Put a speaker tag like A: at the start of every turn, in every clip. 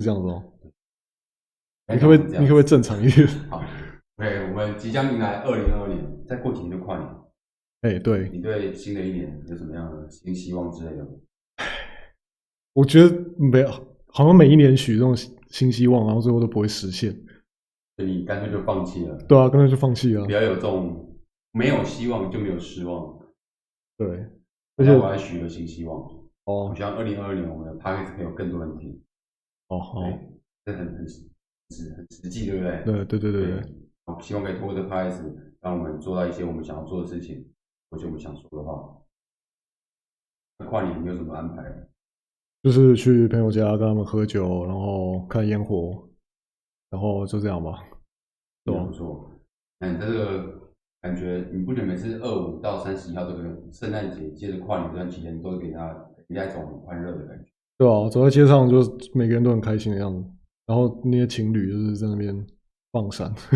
A: 是这样子哦。你可不可以
B: 哎这样
A: 你可不可以正常一点？
B: 好，OK，我们即将迎来二零二年，再过几天就跨年了。
A: 哎，对，
B: 你对新的一年有什么样的新希望之类的吗？
A: 我觉得没有，好像每一年许这种新希望，然后最后都不会实现。
B: 所以你干脆就放弃了，
A: 对啊，干脆就放弃了
B: 不。要有这种没有希望就没有失望。
A: 对，而且
B: 那我还许了新希望，我
A: 哦
B: 希望二零二二年我们的 p o d c a s 可以有更多人听，
A: 哦好，
B: 哎这很很实很实际，对不对？
A: 对对对对
B: 哎
A: 对，
B: 好，希望可以通过这 p o d c a s 让我们做到一些我们想要做的事情，或者我们想说的话。那跨年你有什么安排？
A: 就是去朋友家跟他们喝酒，然后看烟火，然后就这样吧。对啊
B: 不错。哎那你这个感觉，你不觉得每次二五到三十一号这个圣诞节，接着跨年这段期间，都给他给人家一种很欢乐的感觉？
A: 对啊，走在街上就是每个人都很开心的样子，然后那些情侣就是在那边放闪。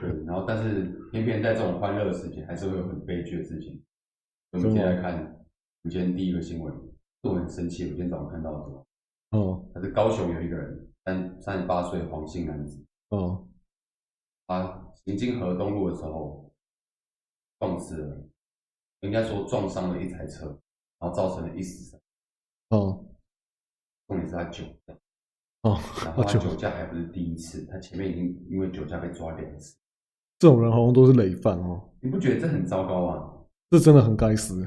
B: 对，然后但是偏偏在这种欢乐的时节，还是会有很悲剧的事情。我们
A: 真的
B: 今
A: 吗
B: 天来看，我们今天第一个新闻，是我很生气，我今天早上看到的，
A: 嗯
B: 他是高雄有一个人，三三十八岁的黄姓男子，
A: 嗯，
B: 他行经河东路的时候撞死了，应该说撞伤了一台车，然后造成了一死三
A: 哦
B: 重点是他酒驾，
A: 哦，
B: 然
A: 我
B: 后他
A: 酒
B: 酒驾还不是第一次，他前面已经因为酒驾被抓两次，
A: 这种人好像都是累犯哦，
B: 你不觉得这很糟糕啊？
A: 这真的很该死。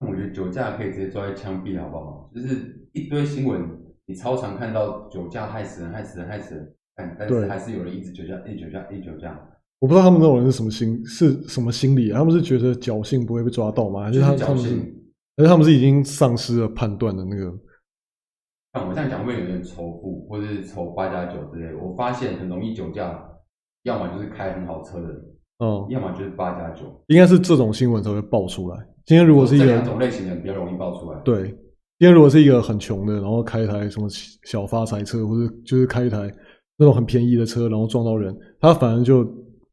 B: 我觉得酒驾可以直接抓去枪毙，好不好？就是一堆新闻，你超常看到酒驾害死人、害死人、害死人，但但是
A: 对
B: 还是有人一直酒驾、一直酒驾、一直酒驾，
A: 我不知道他们那种人是什么心是什么心理、啊，他们是觉得侥幸不会被抓到吗？还
B: 就是是
A: 他他
B: 侥
A: 们是，
B: 幸。
A: 还是他们是已经丧失了判断的那个？
B: 像我这样讲，会有点仇富或是仇八加九之类的。我发现很容易酒驾，要么就是开很好车的人，
A: 嗯，
B: 要么就是八加九。
A: 应该是这种新闻才会爆出来。今天如果是一
B: 哦这
A: 个
B: 两种类型的人比较容易爆出来。
A: 对，因为如果是一个很穷的，然后开一台什么小发财车，或者就是开一台那种很便宜的车，然后撞到人，他反而就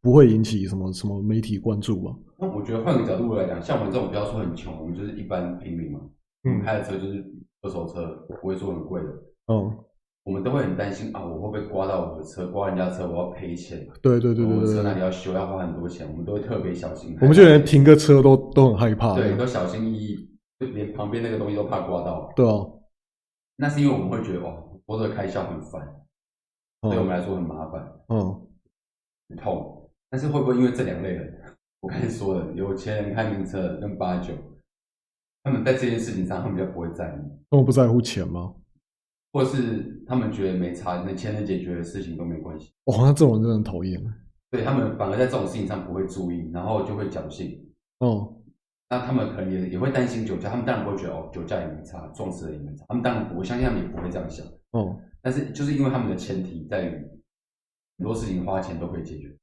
A: 不会引起什么什么媒体关注吧？
B: 那我觉得换个角度来讲，像我们这种不要说很穷，我们就是一般平民嘛，我们
A: 嗯
B: 开的车就是二手车，不会说很贵的，
A: 嗯，
B: 我们都会很担心啊，我会不会刮到我的车，刮人家车，我要赔钱，啊
A: 对对对对
B: 我的
A: 对
B: 车哪
A: 对，
B: 里要修，要花很多钱，我们都会特别小心。
A: 我们就连停个车都都很害怕，
B: 对都小心翼翼，就连旁边那个东西都怕刮到。
A: 对啊，
B: 那是因为我们会觉得哇，多的开销很烦，对我
A: 嗯
B: 们来说很麻烦，
A: 嗯，
B: 很痛。但是会不会因为这两类人，我刚才说的，有钱人开名车跟八九，他们在这件事情上他们比较不会在意。
A: 那我不在乎钱吗？
B: 或是他们觉得没差，那钱能解决的事情都没关系，
A: 哇，那这种人真的很讨厌。
B: 所以他们反而在这种事情上不会注意，然后就会侥幸。
A: 嗯，
B: 那他们可能也也会担心酒驾，他们当然不会觉得哦，酒驾也没差，撞死人也没差，他们当然不，我相信他们也不会这样想。
A: 嗯
B: 但是就是因为他们的前提在于很多事情花钱都可以解决，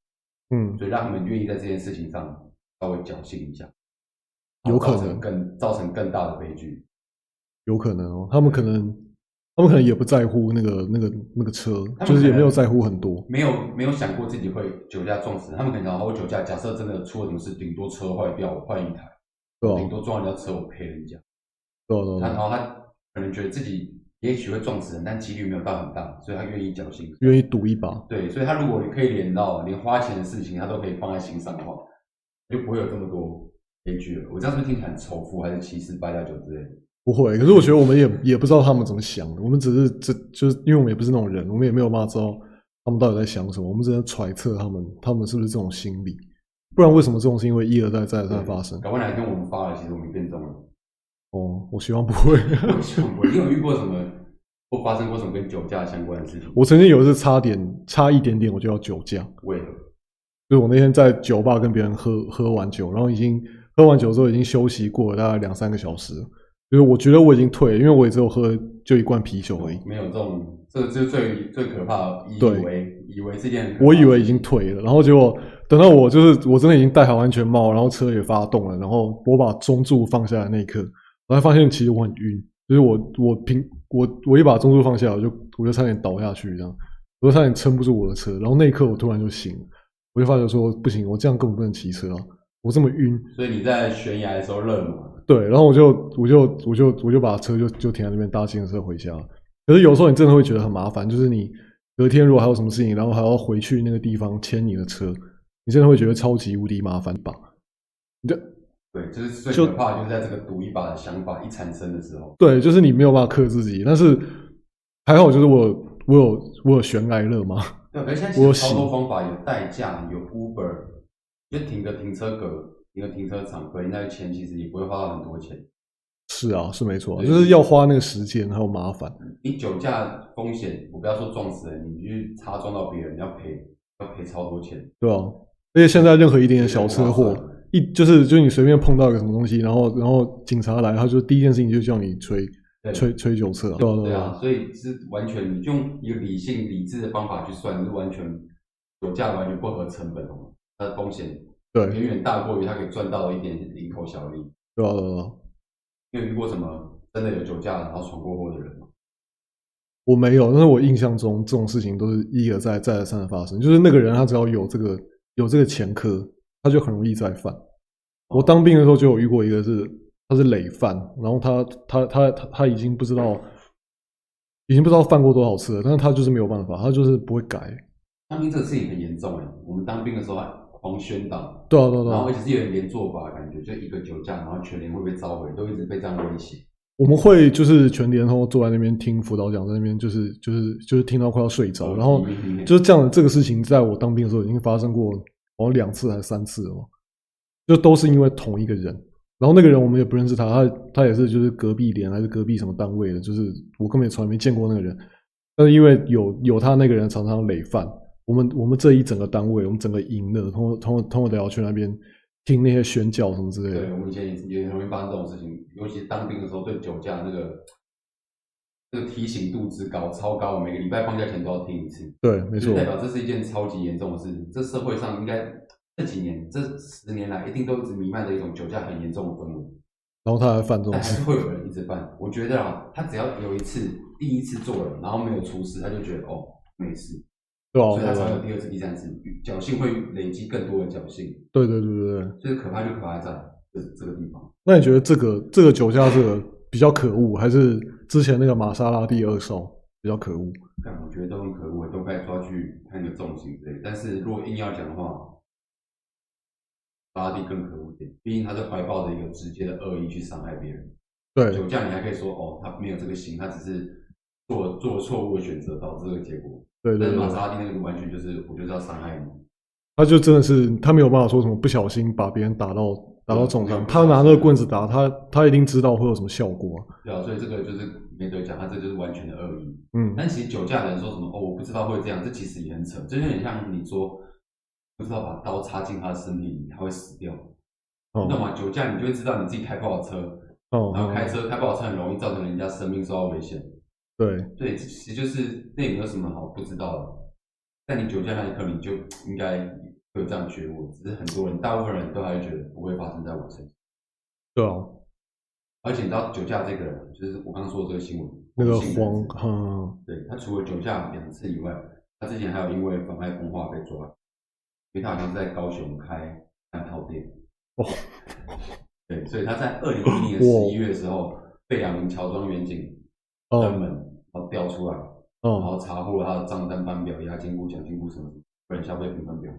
A: 嗯，
B: 所以让他们愿意在这件事情上稍微侥幸一下，
A: 有可能
B: 造成更造成更大的悲剧。
A: 有可能哦，他们可能他们可能也不在乎那个那个那个车，就是也没有在乎很多。
B: 没有没有想过自己会酒驾撞死，他们可能然后酒驾，假设真的出了什么事，顶多车坏掉，我换一台。
A: 对吧、
B: 顶多撞人家车，我赔人家。
A: 对啊对啊
B: 他
A: 对啊
B: 然后他可能觉得自己也许会撞死人，但几率没有到很大，所以他愿意侥幸。
A: 愿意赌一把。
B: 对，所以他如果可以连到连花钱的事情，他都可以放在心上的话，就不会有这么多悲剧了。我这样是不是听起来很仇富，还是歧视八加九之类的？
A: 不会，可是我觉得我们也也不知道他们怎么想的，我们只是这就是因为我们也不是那种人，我们也没有办法知道他们到底在想什么，我们只能揣测他们他们是不是这种心理，不然为什么这种事情会一而再再而三发生？
B: 搞不好哪天我们发了，其实我们变中了。
A: 哦，我希望不会。
B: 我想我你有遇过什么或发生过什么跟酒驾相关的事情？
A: 我曾经有一次差点差一点点我就要酒驾，
B: 为何？
A: 就是我那天在酒吧跟别人喝喝完酒，然后已经喝完酒之后已经休息过了大概两三个小时，就是我觉得我已经退了，因为我也只有喝就一罐啤酒而已，
B: 没有这种，这个是最最可怕的，以
A: 对
B: 为以为是一件很可怕的
A: 我以为已经退了，然后结果等到我就是我真的已经戴好安全帽，然后车也发动了，然后我把中柱放下的那一刻，我才发现其实我很晕，就是我我平我我一把中柱放下，我就我就差点倒下去这样，我就差点撑不住我的车，然后那一刻我突然就醒了，我就发觉说不行，我这样根本不能骑车啊，我这么晕，
B: 所以你在悬崖的时候热嘛，
A: 对，然后我就我就我就我就把车就就停在那边搭计程车回家，可是有时候你真的会觉得很麻烦，就是你隔天如果还有什么事情，然后还要回去那个地方牵你的车，你真的会觉得超级无敌麻烦吧？
B: 对，就是最
A: 就
B: 可怕的就是在这个赌一把的想法一产生的时候，
A: 对，就是你没有办法克制自己，但是还好，就是我有我有我有悬崖勒马，
B: 对，而且现在
A: 我
B: 其实
A: 喜
B: 超多方法，有代驾，有 Uber，就停个停车格，停个停车场，可以那个钱其实也不会花到很多钱。
A: 是啊，是没错啊、
B: 对
A: 就是要花那个时间还有麻烦。
B: 你酒驾风险，我不要说撞死人，你去擦撞到别人，你要赔，要赔超多钱。
A: 对啊，而且现在任何一点点小车祸
B: 对啊对，
A: 一就是就是你随便碰到一个什么东西，然后然后警察来，他就第一件事情就叫你吹
B: 对
A: 吹吹酒测、啊，对啊
B: 对
A: 对
B: 啊，
A: 啊，
B: 所以是完全你就用一个理性、理智的方法去算，是完全酒驾完全不合成本哦，它的风险
A: 对
B: 远远大过于它可以赚到的一点零头小利。
A: 对啊对啊，
B: 你有遇过什么真的有酒驾然后闯过祸的人吗？
A: 我没有，但是我印象中这种事情都是一而再再而三的发生，就是那个人他只要有这个有这个前科，他就很容易再犯。我当兵的时候就有遇过一个是他是累犯，然后他他他他他已经不知道已经不知道犯过多少次了，但是他就是没有办法，他就是不会改。
B: 当兵这个事情很严重哎，我们当兵的时候还狂宣导，
A: 对啊对啊对
B: 然
A: 啊
B: 后而，且是有点连坐法，感觉就一个酒驾，然后全连会被召回，都一直被这样威胁。
A: 我们会就是全连，然后坐在那边听辅导讲，在那边就是就是就是听到快要睡
B: 哦
A: 着，然
B: 嗯
A: 后就是这样的这个事情，在我当兵的时候已经发生过，好像两次还是三次了嘛，就都是因为同一个人。然后那个人我们也不认识他，他他也是就是隔壁连还是隔壁什么单位的，就是我根本也从来没见过那个人。但是因为有有他那个人常常累犯，我们我们这一整个单位，我们整个营的，通通通通都要去那边听那些宣教什么之类的
B: 对，。我们以前也是也很容易发生这种事情，尤其是当兵的时候，对酒驾那个这个提醒度之高，超高，每个礼拜放假前都要听一次，
A: 对，没
B: 就
A: 错
B: 代，表这是一件超级严重的事情。这社会上应该这几年这十年来，一定都一直弥漫着一种酒驾很严重的氛围。
A: 然后他还犯这种
B: 但还
A: 事
B: 是。会有人一直犯。我觉得啊，他只要有一次第一次做了，然后没有出事，他就觉得哦没事，
A: 对啊，
B: 所以
A: 对
B: 他才
A: 啊
B: 会有第二次、第三次，侥幸会累积更多的侥幸。
A: 对对对对对。
B: 所以可怕就可怕在这这个地方。
A: 那你觉得这个这个酒驾这个比较可恶，还是之前那个玛莎拉蒂二少比较可恶？
B: 但我觉得都很可恶，都该抓去判个重刑之类的。但是如果硬要讲的话，拉蒂更可恶一点，毕竟他是怀抱着一个直接的恶意去伤害别人。
A: 对
B: 酒驾你还可以说哦，他没有这个刑，他只是做了做了错误的选择导致这个结果。
A: 对
B: 但
A: 对
B: 是玛
A: 对，
B: 莎拉蒂那个完全就是，我就是要伤害你。
A: 他就真的是他没有办法说什么不小心把别人打到打到重伤，
B: 对
A: 他拿那个棍子打他，他一定知道会有什么效果啊、
B: 对啊，所以这个就是没得讲，他这就是完全的恶意。
A: 嗯，
B: 但其实酒驾的人说什么哦，我不知道会这样，这其实也很扯，这就有点像你说不知道把刀插进他的身体里，他会死掉。那
A: 哦
B: 么酒驾你就会知道你自己开不好车，
A: 哦
B: 然后开
A: 哦，
B: 车开不好车很容易造成人家生命受到危险。
A: 对
B: 对，其实就是那也没有什么好不知道的。但你酒驾那一刻，你就应该会有这样的觉悟。只是很多人，大部分人都还是觉得不会发生在我身上。
A: 对啊，
B: 而且你知道酒驾这个人，就是我刚刚说的这个新闻，
A: 那个
B: 黄姓
A: 黄
B: 男子，
A: 嗯，
B: 对他除了酒驾两次以外，他之前还有因为妨碍风化被抓，因为他好像是在高雄开蛋泡店。
A: 哦，
B: 对，所以他在二零一零年十一月的时候，被两名乔装远警登
A: 哦
B: 门，然后调出来，然
A: 哦
B: 后查获了他的账单、班表、押金部、奖金部什么，个人消费评分表，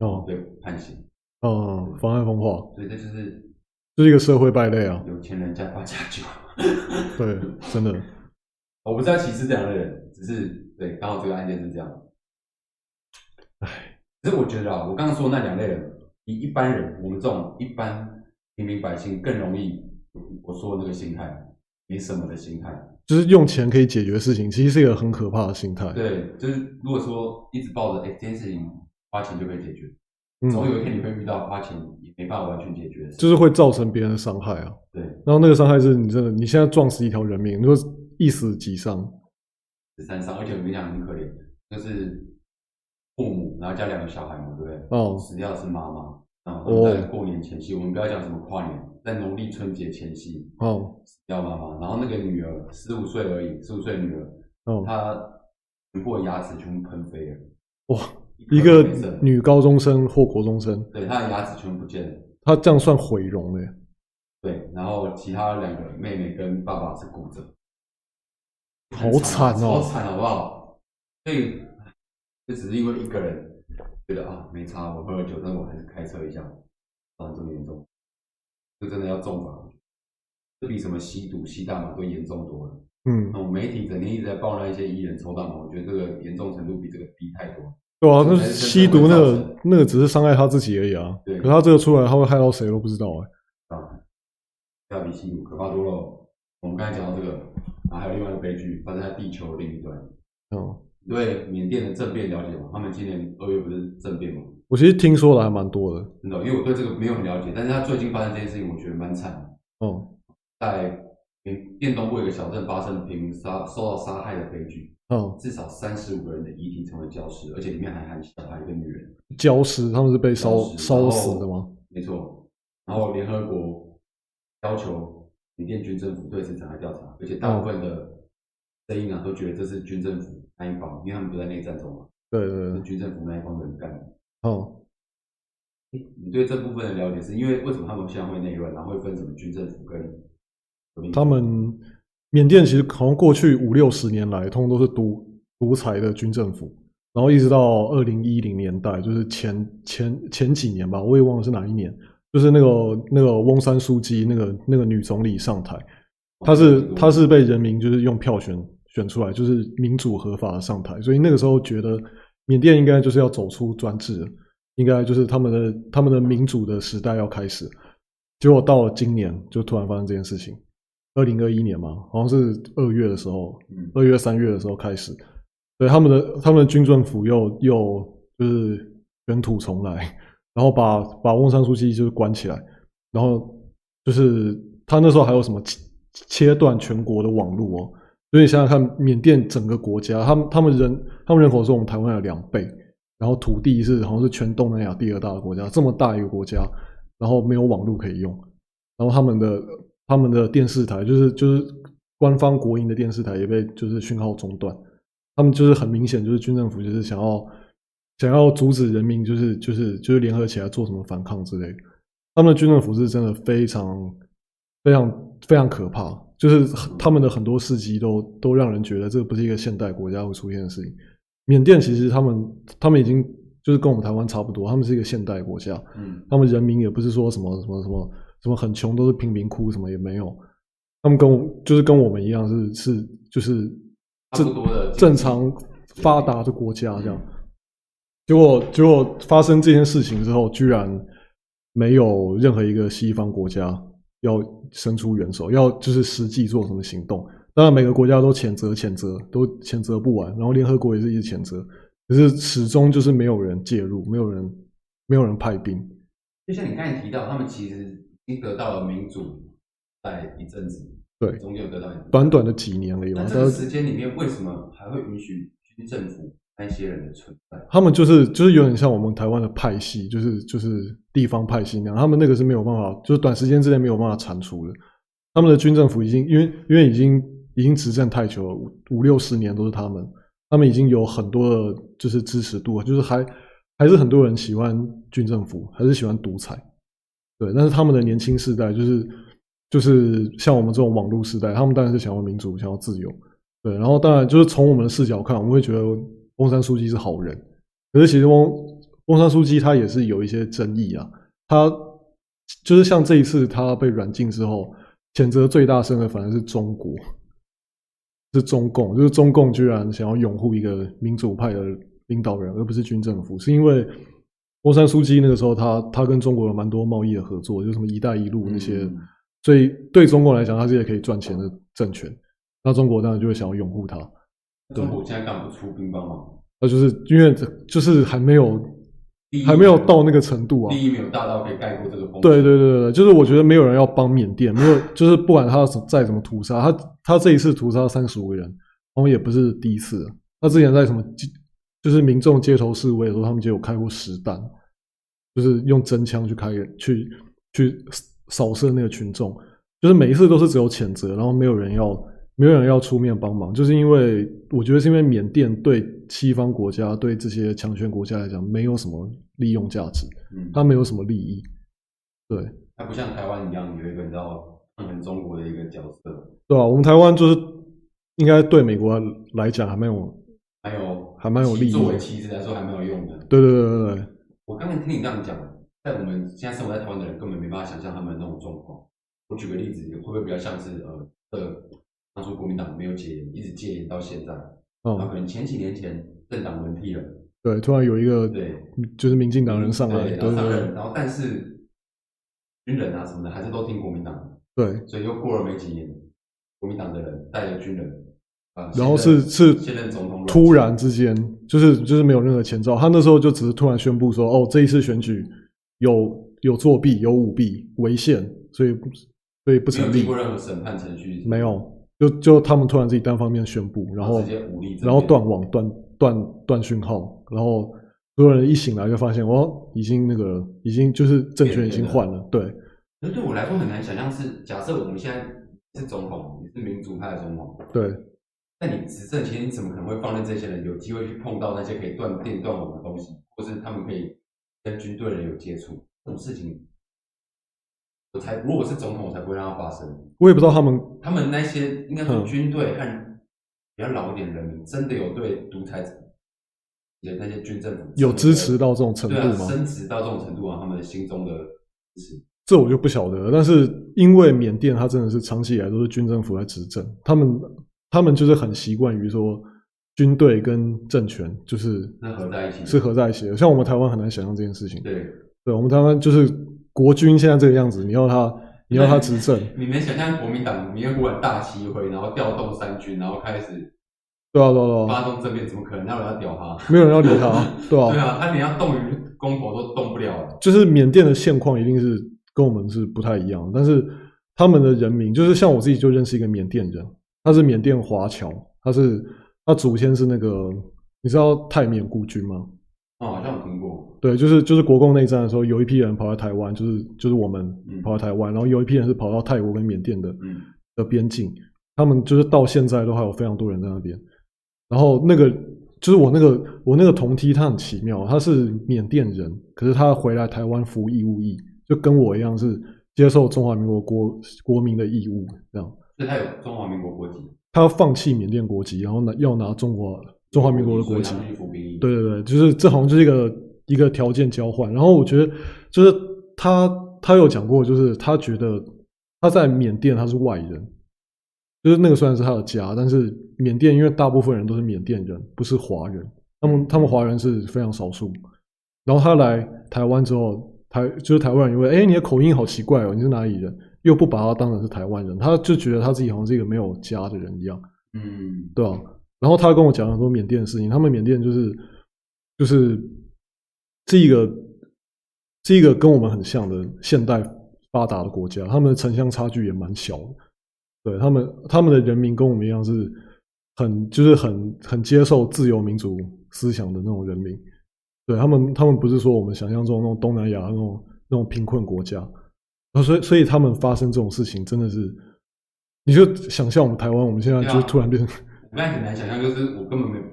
A: 哦
B: 对，判刑。
A: 哦，妨碍风化，
B: 所以这就是
A: 这是一个社会败类啊，
B: 有钱人家八加九。
A: 对，真的，
B: 我不是要歧视这样的人，只是对，刚好这个案件是这样。唉，可是我觉得啊，我刚刚说那两类人，比一般人，我们这种一般平民百姓更容易，我说的那个心态，没什么的心态。
A: 就是用钱可以解决事情，其实是一个很可怕的心态。
B: 对，就是如果说一直抱着哎、诶这件事情花钱就可以解决，
A: 嗯，
B: 总有一天你会遇到花钱也没办法完全解决的事。
A: 就是会造成别人的伤害啊。
B: 对，
A: 然后那个伤害是你真的，你现在撞死一条人命，你说一死几伤，
B: 十三伤，而且我跟你讲很可怜，就是父母然后加两个小孩嘛，对不对？
A: 哦
B: 死掉的是妈妈，然后在过年前夕，我们不要讲什么跨年，在农历春节前夕
A: 哦
B: 死掉妈妈，然后那个女儿十五岁而已，十五岁女儿，
A: 哦，
B: 她全部的牙齿全部喷飞了，
A: 哇，
B: 颗
A: 一
B: 都
A: 个
B: 没剩
A: 女高中生或国中生，
B: 对，她的牙齿全部不见了。
A: 她这样算毁容欸嘞、
B: 对，然后其他两个妹妹跟爸爸是骨折，
A: 好惨哦
B: 好惨好不好？所以唉这只是因为一个人觉得啊没差，我喝了酒，但我还是开车一下，造成这么严重，这真的要重罚。这比什么吸毒、吸大麻都严重多了。
A: 嗯，
B: 那我们媒体整天一直在报那一些艺人抽大麻，我觉得这个严重程度比这个低太多了。
A: 对啊，那
B: 还是
A: 吸毒那个那个只是伤害他自己而已啊，
B: 对
A: 可他这个出来他会害到谁都不知道哎、
B: 啊，要比吸毒可怕多了。哦我们刚才讲到这个，然后还有另外一个悲剧发生在地球另一端。
A: 嗯，
B: 你对缅甸的政变了解吗？他们今年二月不是政变吗？
A: 我其实听说的还蛮多的，
B: 真的，因为我对这个没有很了解，但是他最近发生这件事情，我觉得蛮惨的。
A: 嗯
B: 在缅甸东部有一个小镇发生了平民杀受到杀害的悲剧，
A: 嗯，
B: 至少三十五个人的遗体成为礁石，而且里面还含小孩跟女人。
A: 礁石他们是被烧
B: 礁石
A: 烧死的吗？？
B: 没错。然后联合国要求缅甸军政府对此展开调查，而且大部分的声音啊都觉得这是军政府那一方，因为他们不在内战中嘛，
A: 对对
B: 是
A: 对，
B: 军政府那一方的人干的。
A: 嗯
B: 诶你对这部分的了解是因为为什么他们现在会内乱，然后会分什么军政府跟革命军
A: 他们缅甸其实好像过去五六十年来，通通都是独独裁的军政府，然后一直到二零一零年代，就是前前前几年吧，我也忘了是哪一年，就是那个那个翁山书记那个那个女总理上台，
B: 哦
A: 她是她是被人民就是用票选选出来，就是民主合法的上台，所以那个时候觉得缅甸应该就是要走出专制了，应该就是他们的他们的民主的时代要开始。结果到了今年，就突然发生这件事情。二零二一年嘛，好像是二月的时候，
B: 嗯
A: 二月三月的时候开始，对他们的他们的军政府又又就是卷土重来，然后把把翁山书记就是关起来，然后就是他那时候还有什么切切断全国的网络哦，所以你想想看，缅甸整个国家，他们他们人他们人口是我们台湾的两倍，然后土地是好像是全东南亚第二大的国家，这么大一个国家，然后没有网络可以用，然后他们的他们的电视台就是就是官方国营的电视台也被就是讯号中断，他们就是很明显就是军政府就是想要想要阻止人民就是就是就是联合起来做什么反抗之类的，他们的军政府是真的非常非常非常可怕，就是他们的很多事迹都都让人觉得这不是一个现代国家会出现的事情。缅甸其实他们他们已经就是跟我们台湾差不多，他们是一个现代国家，
B: 嗯
A: 他们人民也不是说什么什么什么什么很穷，都是贫民窟，什么也没有。他们跟我就是跟我们一样是，是就是
B: 差不多的经济
A: 正常发达的国家这样。结果结果发生这件事情之后，居然没有任何一个西方国家要伸出援手，要就是实际做什么行动。当然，每个国家都谴责谴责，都谴责不完。然后联合国也是一直谴责，可是始终就是没有人介入，没有人没有人派兵。
B: 就像你刚才提到，他们其实已经得到了民主，在一阵子，
A: 对
B: 终究得到一阵子
A: 短短的几年而已嘛
B: 那，
A: 啊
B: 这
A: 但
B: 个
A: 是
B: 时间里面，为什么还会允许军政府那些人的存在？
A: 他们就是就是有点像我们台湾的派系，就是就是地方派系那样，他们那个是没有办法，就是短时间之内没有办法铲除的。他们的军政府已经因为因为已经已经执政太久了，五五六十年都是他们，他们已经有很多的就是支持度了，就是还还是很多人喜欢军政府，还是喜欢独裁。对，但是他们的年轻世代就是就是像我们这种网络世代，他们当然是想要民主，想要自由。对，然后当然就是从我们的视角看，我们会觉得翁山书记是好人，可是其实翁翁山书记他也是有一些争议啊。他就是像这一次他被软禁之后，谴责最大声的反而是中国，是中共，就是中共居然想要拥护一个民主派的领导人，而不是军政府，是因为翁山书记那个时候他他跟中国有蛮多贸易的合作，就是什么“一带一路”那些，
B: 嗯
A: 所以对中国来讲，他是一个可以赚钱的政权。那中国当然就会想要拥护他，
B: 中国现在干嘛不出兵帮忙？
A: 那就是因为这就是还没有
B: 第一
A: 还没有到那个程度啊。
B: 第一没有大到可以盖过这个风险。
A: 对对对对，对就是我觉得没有人要帮缅甸，没有就是不管他再怎么屠杀，他他这一次屠杀三十五个人，好像也不是第一次了。他之前在什么街就是民众街头示威的时候，他们就有开过实弹，就是用真枪去开人去去扫射那个群众，就是每一次都是只有谴责，然后没有人要没有人要出面帮忙，就是因为我觉得是因为缅甸对西方国家对这些强权国家来讲没有什么利用价值，
B: 嗯，
A: 它没有什么利益，对。
B: 它不像台湾一样有一个你知道抗衡中国的一个角色。
A: 对啊，我们台湾就是应该对美国来讲还蛮有，
B: 还有
A: 还蛮有利益的
B: 作为棋子来说还蛮有用的。
A: 对对对对对，
B: 我刚才听你这样讲，在我们现在生活在台湾的人根本没办法想象他们那种状况。我举个例子，会不会比较像是呃，这当初国民党没有解严，一直戒严到现在，那
A: 嗯，
B: 可能前几年前政党轮替了，
A: 对，突然有一个
B: 对，
A: 就是民进党人上来，
B: 对
A: 对
B: 然后
A: 对
B: 上
A: 对
B: 任，然后但是军人啊什么的还是都听国民党的，
A: 对，
B: 所以又过了没几年，国民党的人带着军人，啊，
A: 然后是
B: 现任
A: 是
B: 现任总统阮
A: 突然之间，就是就是没有任何前兆，他那时候就只是突然宣布说，哦，这一次选举有有作弊，有舞弊，违宪，所以所以不
B: 没有
A: 成
B: 经
A: 立嗯
B: 过，任何审判程序，
A: 没，有，就就他们突然自己单方面宣布，然
B: 然
A: 后
B: 直接武力，
A: 然后断，网、断断断讯号，然后所有人一醒来就发现，哦，已经那个了已经就是政权已经换了，对，
B: 可是对我来说很难想象是，假设我们现在是总统，你是民主派的总统，
A: 对，
B: 但你执政期间，你怎么可能会放任这些人有机会去碰到那些可以断电断网的东西，或是他们可以跟军队人有接触？这种事情，我才如果我是总统，我才不会让它发生。
A: 我也不知道他们
B: 他们那些应该说
A: 嗯
B: 军队和比较老一点人民，真的有对独裁者的那些军政府
A: 有支持到这种程度
B: 对啊，
A: 吗？
B: 升值到这种程度啊，他们心中的支持。
A: 这我就不晓得了。但是因为缅甸它真的是长期以来都是军政府来执政，他们他们就是很习惯于说军队跟政权就是
B: 那合在一起
A: 是合在一起的。像我们台湾很难想象这件事情，
B: 对，
A: 对我们台湾就是国军现在这个样子，你要他你要他执政，
B: 你能想象国民党明天忽然大旗挥，然后调动三军，然后开始
A: 对啊对啊对啊，
B: 发动政变，怎么可能？那我要屌他？
A: 没有人要理他， 对啊
B: 对啊，他连要动于公投都动不了了。
A: 就是缅甸的现况一定是跟我们是不太一样的，但是他们的人民，就是像我自己就认识一个缅甸人，他是缅甸华侨，他是他祖先是那个，你知道泰缅孤军吗？
B: 哦，好像有听过，
A: 对，就是就是国共内战的时候，有一批人跑到台湾，就是就是我们
B: 嗯
A: 跑到台湾，然后有一批人是跑到泰国跟缅甸的
B: 嗯，
A: 的边境，他们就是到现在都还有非常多人在那边。然后那个就是我那个我那个同梯，他很奇妙，他是缅甸人，可是他回来台湾服义务役，就跟我一样是接受中华民国国国民的义务这样。
B: 所以他有中华民国国籍，
A: 他放弃缅甸国籍，然后拿要拿中华中华民国的国籍
B: 所以。他去服兵役。
A: 对对对，就是这好像就是一个一个条件交换。然后我觉得，就是他他有讲过，就是他觉得他在缅甸他是外人，就是那个虽然是他的家，但是缅甸因为大部分人都是缅甸人，不是华人，他们他们华人是非常少数。然后他来台湾之后，台就是台湾人因为哎你的口音好奇怪哦，你是哪里人？又不把他当成是台湾人，他就觉得他自己好像是一个没有家的人一样。
B: 嗯，
A: 对啊，然后他跟我讲很多缅甸的事情，他们缅甸就是就是是一个是一个跟我们很像的现代发达的国家，他们的城乡差距也蛮小的。对他们，他们的人民跟我们一样是很就是很很接受自由民主思想的那种人民。对他们，他们不是说我们想象中那种东南亚那种那种贫困国家，呃所以所以他们发生这种事情真的是，你就想象我们台湾，我们现在就
B: 对啊
A: 突然变成
B: 我刚才很难想象，就是我根本没有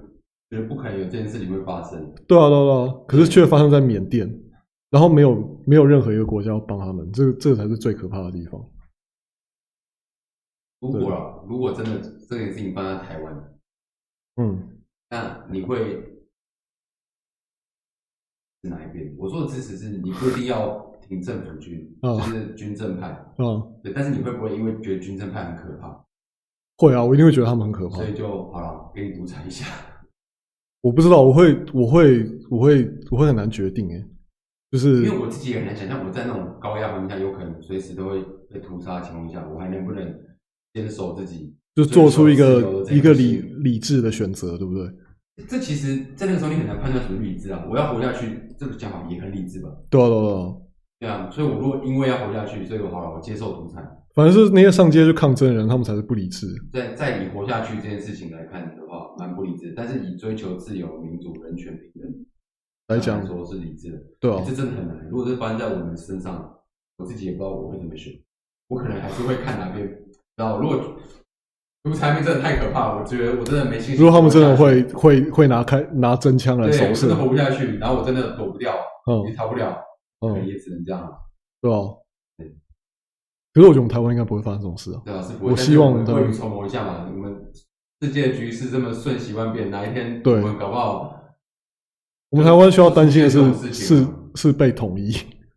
B: 觉得不可能有这件事情会发生。
A: 对啊，对啊，对啊，可是却发生在缅甸，然后没有没有任何一个国家要帮他们，这个这个才是最可怕的地方。
B: 如果啊，如果真的这件事情放在台湾，
A: 嗯，
B: 那你会是哪一边？我说的支持是你不一定要挺政府军，
A: 啊
B: 就是军政派，
A: 啊，
B: 对。但是你会不会因为觉得军政派很可怕，
A: 会啊，我一定会觉得他们很可怕
B: 所。以就好了，给你独裁一下？
A: 我不知道，我会，我会，我会，我会很难决定诶，就是
B: 因为我自己也很难想象，我在那种高压环境下，有可能随时都会被屠杀的情况下，我还能不能坚守自己？
A: 就做出一
B: 追求
A: 个
B: 自由的这
A: 一个
B: 件
A: 理
B: 事
A: 理智的选择，对不对？
B: 这其实，在那个时候你很难判断什么理智啊。我要活下去，这个讲法也很理智吧？
A: 对啊，对啊，对啊
B: 对啊，所以我如果因为要活下去，所以我好了，我接受独裁。
A: 反正是那些上街去抗争的人，他们才是不理智。
B: 在在以活下去这件事情来看的话，蛮不理智。但是以追求自由、民主、人权、平等
A: 来讲
B: 说是理智的，
A: 对啊，
B: 这真的很难。如果是发生在我们身上，我自己也不知道我会怎么选。我可能还是会看哪边。然后，如果独裁命真的太可怕，我觉得我真的没信心。
A: 如果他们真的会会会拿开拿真枪来
B: 对，
A: 扫
B: 我
A: 射
B: 真的，活不下去，然后我真的躲不掉，
A: 嗯
B: 也逃不了，可能
A: 嗯，
B: 也只能这样了。
A: 对啊
B: 对。
A: 可是我觉得我们台湾应该不会发生这种事啊。
B: 对啊，是不会。
A: 我希望
B: 但是
A: 的
B: 我们未雨绸缪一下嘛，我们世界局势这么瞬息万变，哪一天
A: 对
B: 我们搞不好
A: 我们台湾需要担心的
B: 这种
A: 是
B: 事情
A: 是
B: 啊
A: 是被统一，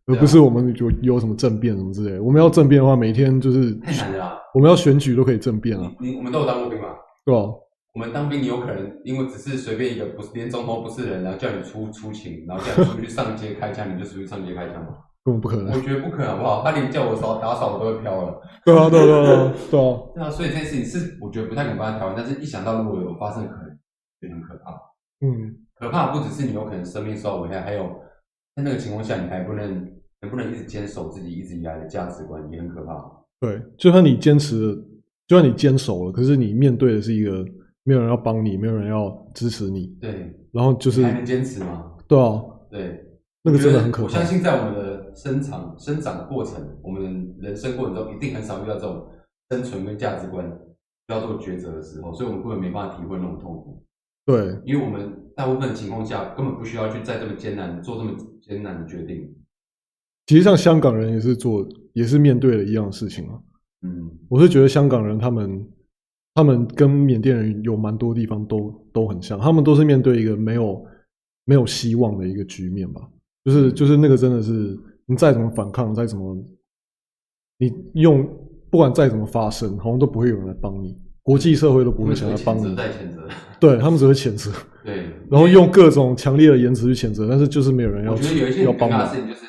A: 而
B: 对啊
A: 不是我们有有什么政变什么之类的。我们要政变的话，每天就是
B: 太难了啊。
A: 我们要选举都可以政变啊，
B: 你你我们都有当过兵嘛？
A: 对吧？
B: 我们当兵有可能因为只是随便一个不是连总统不是的人，然后叫你出出勤，然后叫你出去上街开枪，你就出去上街开枪嘛？
A: 根本不可能
B: 我，觉得不可能，好不好？他连叫我扫打扫我都会飘了。
A: 对啊，对啊，对啊，对啊，
B: 对啊，所以这件事情是我觉得不太可能发生在台湾，但是一想到如果有发生，可能觉得很可怕。
A: 嗯，
B: 可怕不只是你有可能生命受到危害，还有在那个情况下，你还不能能不能一直坚守自己一直以来的价值观，也很可怕。
A: 对，就算你坚持，就算你坚守了，可是你面对的是一个没有人要帮你，没有人要支持你，
B: 对，
A: 然后就是
B: 你还能坚持吗？
A: 对啊，
B: 对，
A: 那个真的很可
B: 哎我
A: 怕
B: 相。信在我们的生长生长过程，我们人生过程中，一定很少遇到这种生存跟价值观需要做抉择的时候，所以我们根本没办法体会那种痛苦。
A: 对，
B: 因为我们大部分情况下根本不需要去在这么艰难做这么艰难的决定。
A: 其实像香港人也是做，也是面对了一样的事情啊。
B: 嗯，
A: 我是觉得香港人他们，他们跟缅甸人有蛮多地方都都很像，他们都是面对一个没有没有希望的一个局面吧。就是就是那个真的是，你再怎么反抗，再怎么，你用不管再怎么发声，好像都不会有人来帮你，国际社会都不会想来帮
B: 我们
A: 你，
B: 只会谴责再谴责。
A: 对他们只会谴责，
B: 对，
A: 然后用各种强烈的言辞去谴责，但是就是没有人要
B: 我觉得有一些
A: 要
B: 很尴
A: 帮
B: 尬的事
A: 忙。
B: 情就是，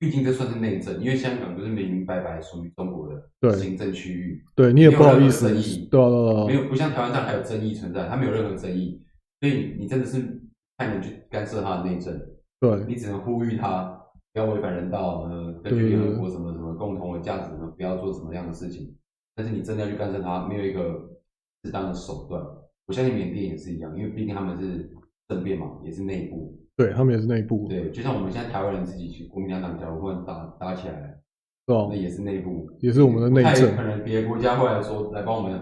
B: 毕竟这算是内政，因为香港就是明明白白属于中国的
A: 对
B: 行政区域，
A: 对你也不好意思
B: 没有任何争议，
A: 对啊对啊对啊
B: 没有不像台湾这样还有争议存在，它没有任何争议，所以你真的是太能去干涉它的内政，
A: 对，
B: 你只能呼吁它不要违反人道，呃，根据联合国什么什么共同的价值什么，不要做什么样的事情。但是你真的要去干涉它，没有一个适当的手段。我相信缅甸也是一样，因为毕竟他们是政变嘛，也是内部，
A: 对他们也是内部，
B: 对，就像我们现在台湾人自己去国民党党假如忽然打打起来了，
A: 对吧
B: 那？也是内部，
A: 也是我们的内
B: 他也
A: 政
B: 可，能别的国家会来说来帮我们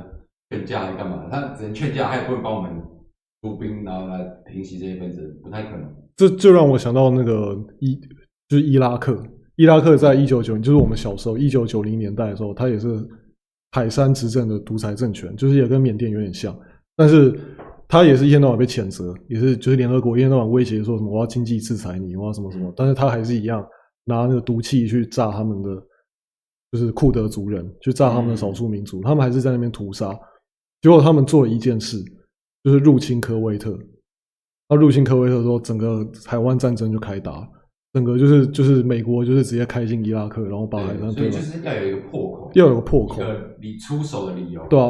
B: 劝架来干嘛？他只能劝架，他也不会帮我们出兵，然后来平息这些纷争，不太可能。
A: 这就让我想到那个伊，就是伊拉克。伊拉克在一九九，就是我们小时候一九九零年代的时候，它也是海山执政的独裁政权，就是也跟缅甸有点像，但是它也是一天到晚被谴责，也是就是联合国一天到晚威胁说什么我要经济制裁你，我要什么什么，但是它还是一样拿那个毒气去炸他们的，就是库德族人，去炸他们的少数民族，他们还是在那边屠杀。结果他们做了一件事，就是入侵科威特。他入侵科威特之后，整个海湾战争就开打了，整个就是就是美国就是直接开进伊拉克，然后把海
B: 对，
A: 湾
B: 所以
A: 哦对吧
B: 就？是要有一个破口，
A: 要有个破口
B: 一个你出手的理由。
A: 对啊，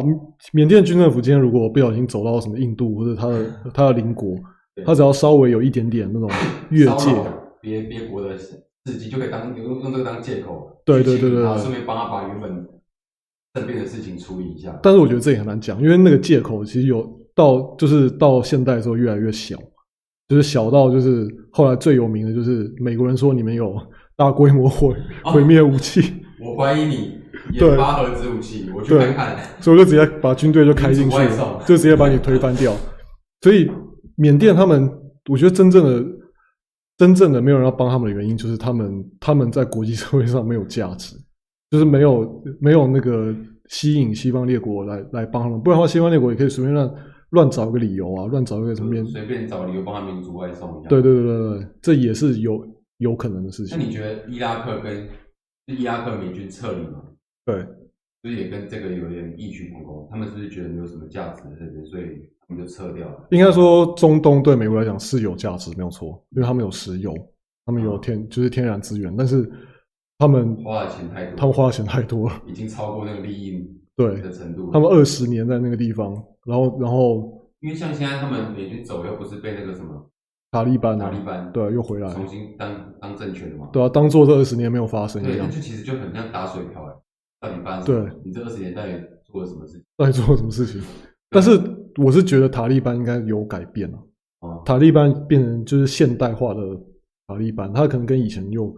A: 缅甸军政府今天如果不小心走到什么印度或者他的他的邻国，
B: 对
A: 他只要稍微有一点点 那种越
B: 骚
A: 界，
B: 扰别别国的事迹，就可以当用用这个当借口，
A: 对
B: 去
A: 对对
B: 请
A: 对
B: 然后
A: 对
B: 顺便帮他把原本政变的事情处理一下。
A: 但是我觉得这也很难讲，因为那个借口其实有到就是到现代之后越来越小，就是小到就是后来最有名的就是美国人说你们有大规模毁
B: 哦
A: 毁灭武器，
B: 我怀疑你
A: 对
B: 研发核子武器，我去
A: 对
B: 看看。
A: 所以我就直接把军队就开进去
B: 民族外
A: 了
B: 送，
A: 就直接把你推翻掉。所以缅甸他们，我觉得真正的真正的没有人要帮他们的原因，就是他们他们在国际社会上没有价值，就是没有没有那个吸引西方列国来来帮他们，不然的话，西方列国也可以随便乱乱找个理由啊，乱找一个什么面。
B: 随便找理由帮他民族外送一下。
A: 对对对对对，这也是有有可能的事
B: 那
A: 情。
B: 你觉得伊拉克跟是伊拉克美军撤离吗？
A: 对
B: 就是也跟这个有点异曲同工，他们是不是觉得没有什么价值在这边，所以他们就撤掉了？
A: 应该说，中东对美国来讲是有价值，没有错，因为他们有石油，他们
B: 嗯
A: 有天就是天然资源，但是他们
B: 花的钱太多，
A: 他们花的钱太多了，
B: 已经超过那个利益
A: 对
B: 的程度了。
A: 他们二十年在那个地方，然后然后
B: 因为像现在他们美军走又不是被那个什么
A: 塔利班
B: 塔
A: 啊
B: 利，班
A: 对，又回来了
B: 重，新当当政权的嘛，
A: 对啊，当做这二十年没有发生一
B: 对，那
A: 样，
B: 就其实就很像打水漂哎、到底发生什么？你这二十年到底做了什么事情？
A: 到底做了什么事情？但是我是觉得塔利班应该有改变了，
B: 哦，
A: 塔利班变成就是现代化的塔利班，他可能跟以前又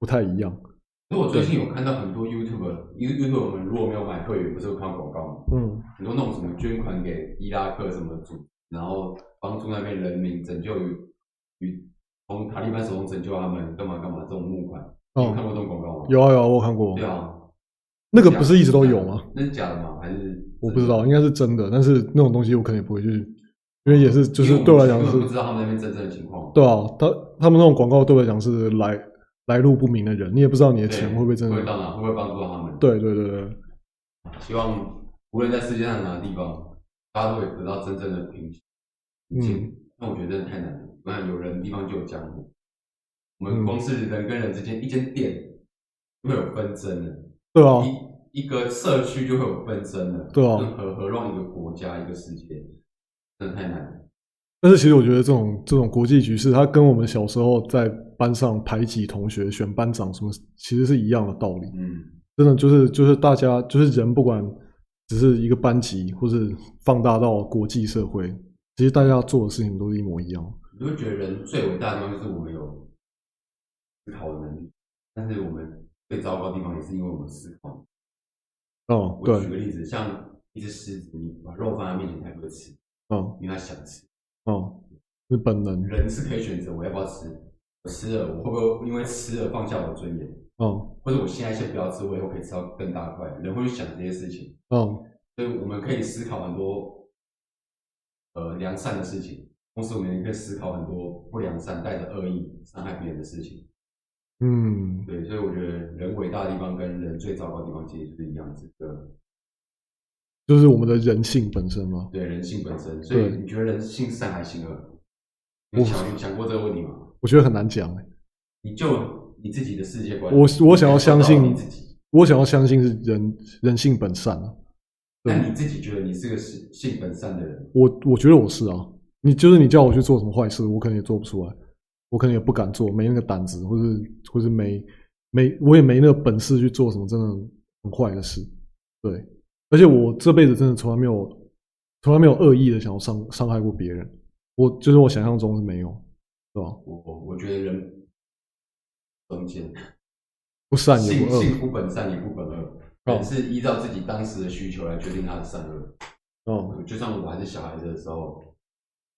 A: 不太一样，
B: 因为我最近有看到很多 YouTube，YouTube 我们如果没有买会员，不是会看到广告吗？
A: 嗯，
B: 很多那种什么捐款给伊拉克什么组织，然后帮助那边人民拯救于于从塔利班手中拯救他们，干嘛干嘛这种募款，你有看
A: 哦，
B: 过这种广告吗？，
A: 有啊有啊，我有看过，
B: 对啊，
A: 那个不是一直都有吗？？
B: 那是假的吗？还是
A: 我不知道，应该是真的，但是那种东西我可能也不会去，因为也是就
B: 哦因
A: 是
B: 为
A: 对我来
B: 们
A: 讲
B: 根本不
A: 是，
B: 知道他们那边真正的情况。
A: 对啊，他他们那种广告对我来讲是来来路不明的人，你也不知道你的
B: 对，
A: 钱会不会真的
B: 会，到哪？会不会帮助到他们？
A: 对对对对，
B: 希望无论在世界上哪个地方，大家都可以得到真正的平平静。那、我觉得真的太难了。我想有人的地方就有江湖。我们光是人跟人之间，一间店就会有纷争了，
A: 对啊，
B: 一一个社区就会有纷争了，
A: 对啊
B: 何何况一个国家、一个世界，真的太难了。
A: 但是其实我觉得这种这种国际局势，它跟我们小时候在班上排挤同学、选班长什么，其实是一样的道理。
B: 嗯，
A: 真的就是就是大家就是人，不管只是一个班级，或是放大到国际社会，其实大家做的事情都是一模一样的。
B: 你会觉得人最伟大的地方就是我们有思考的能力，但是我们最糟糕的地方也是因为我们思考
A: 哦，
B: 我举
A: 对，
B: 个例子，像一只狮子，你把肉放在面前，它也不会吃，
A: 哦
B: 因为它想吃。
A: 哦，是本能，
B: 人是可以选择我要不要吃，我吃了，我会不会因为吃了放下我的尊严，
A: 哦
B: 或者我现在先不要吃，我以后可以吃到更大块。人会去想这些事情，
A: 哦，
B: 所以我们可以思考很多呃良善的事情，同时我们也可以思考很多不良善、带着恶意伤害别人的事情。
A: 嗯，
B: 对，所以我觉得人伟大的地方跟人最糟糕的地方其实就是一样子的。
A: 就是我们的人性本身嘛。
B: 对人性本身，所以
A: 对
B: 你觉得人性善还行恶？
A: 我
B: 你想你想过这个问题吗？
A: 我觉得很难讲欸，
B: 你就你自己的世界观，
A: 我我想要相信
B: 你自己，
A: 我想要相信是人人性本善啊。对
B: 但你自己觉得你是个性性本善的人，
A: 我我觉得我是啊，你就是你叫我去做什么坏事，我可能也做不出来，我可能也不敢做，没那个胆子，或是或是没没我也没那个本事去做什么真的很坏的事，对，而且我这辈子真的从来没有从来没有恶意的想要伤伤害过别人，我就是我想象中是没有，对吧？
B: 我我我觉得人中间
A: 不善也
B: 性
A: 不恶，
B: 性不本善也不本恶，
A: 哦
B: 人是依照自己当时的需求来决定他的善恶。
A: 嗯，
B: 就像我还是小孩子的时候，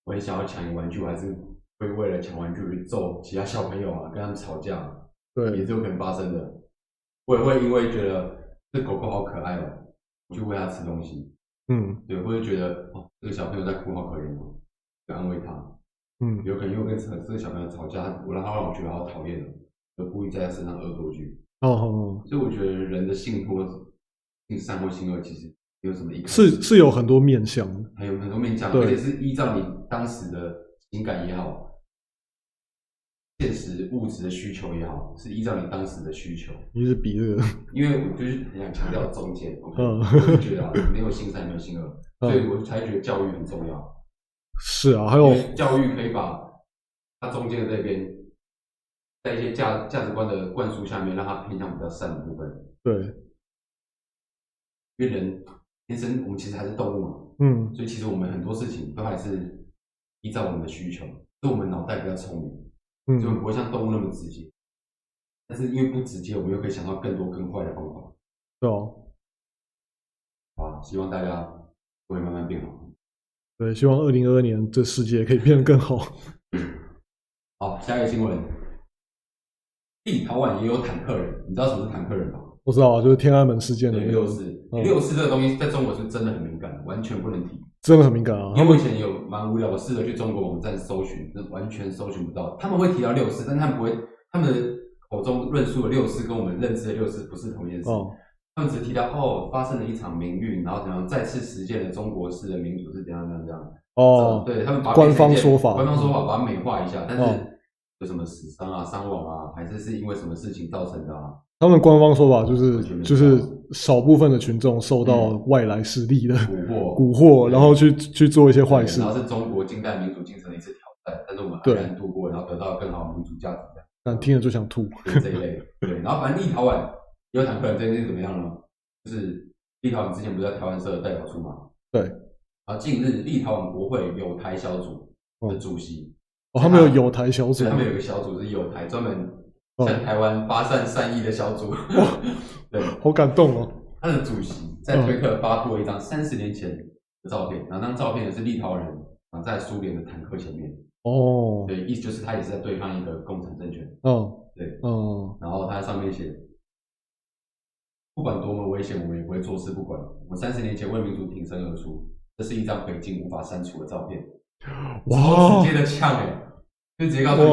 B: 我很想要抢一个玩具，我还是会为了抢玩具去揍其他小朋友啊，跟他们吵架啊。也
A: 对，
B: 是有可能发生的。我也会因为觉得这狗狗好可爱哦，我去喂它吃东西，
A: 嗯
B: 对，或者觉得哦这个小朋友在哭好可怜哦，就安慰他。
A: 嗯，
B: 有可能又跟这这个小朋友吵架，我让他让我觉得好讨厌哦，就故意在他身上恶作剧。
A: 哦好，好
B: 所以我觉得人的性多、性善或性恶其实没有什么一开始
A: 是是有很多面向的，
B: 还有很多面向，
A: 对
B: 而且是依照你当时的情感也好，现实物质的需求也好，是依照你当时的需求。
A: 一直比这个，
B: 因为我就是很想强调中间，我
A: 嗯
B: 就觉得啊没有性善没有性恶，
A: 嗯哦
B: 所以我才觉得教育很重要。
A: 是啊，还
B: 因
A: 有
B: 为教育可以把它中间的这边，在一些价价值观的灌输下面，让它偏向比较善的部分。
A: 对，
B: 因为人天生我们其实还是动物嘛，
A: 嗯
B: 所以其实我们很多事情都还是依照我们的需求，是我们脑袋比较聪明，所以我
A: 嗯
B: 们不会像动物那么直接。但是因为不直接，我们又可以想到更多更坏的方法。
A: 对啊。
B: 好吧，希望大家都会慢慢变好。
A: 对，希望二零二二年这世界可以变得更好。
B: 好，下一个新闻，立陶宛也有坦克人，你知道什么是坦克人吧？
A: 我知道啊，就是天安门事件的
B: 对，
A: 那
B: 六
A: 个，
B: 四，
A: 嗯
B: 六四这个东西在中国是真的很敏感，完全不能提。
A: 真的很敏感啊。
B: 因为我以前有蛮无聊，我试着去中国网站搜寻，那完全搜寻不到。他们会提到六四，但他们不会，他们的口中论述的六四跟我们认知的六四不是同一件事。
A: 哦，
B: 他们只提到哦，发生了一场民运，然后怎样再次实践了中国式的民主是怎样怎样怎样。
A: 哦，
B: 对他们把
A: 官方说法
B: 啊官方说法把它美化一下，但
A: 哦
B: 是有什么死伤啊、伤亡啊，还是是因为什么事情造成的啊？
A: 他们官方说法就
B: 我觉得
A: 是
B: 没
A: 就是
B: 错
A: 少部分的群众受到
B: 嗯
A: 外来势力的
B: 蛊惑、
A: 蛊惑，然后去去做一些坏
B: 对
A: 事
B: 然。后是中国近代民主进程的一次挑战，但是我们安
A: 对
B: 然度过，然后得到更好的民主价值观，
A: 但听了就想吐。
B: 就是这一 类。对，然后反正立陶宛有坦克人这件事怎么样呢？就是立陶宛之前不是在台湾设有代表处吗？
A: 对。
B: 然后近日，立陶宛国会有台小组的主席
A: 哦，他们有友台小组
B: 所啊以，他们有一个小组是友台，专门
A: 哦
B: 向台湾发散善意的小组。 对，
A: 好感动哦。
B: 他的主席在推特发布了一张三十年前的照片，然后那张照片是立陶宛人挡在苏联的坦克前面。
A: 哦，
B: 对，意思就是他也是在对抗一个共产政权。
A: 嗯，
B: 对，
A: 嗯，
B: 然后他在上面写：不管多么危险，我们也不会坐视不管。我们三十年前为民主挺身而出，这是一张北京无法删除的照片。
A: 哇
B: 直接的呛哎、就直接告诉你，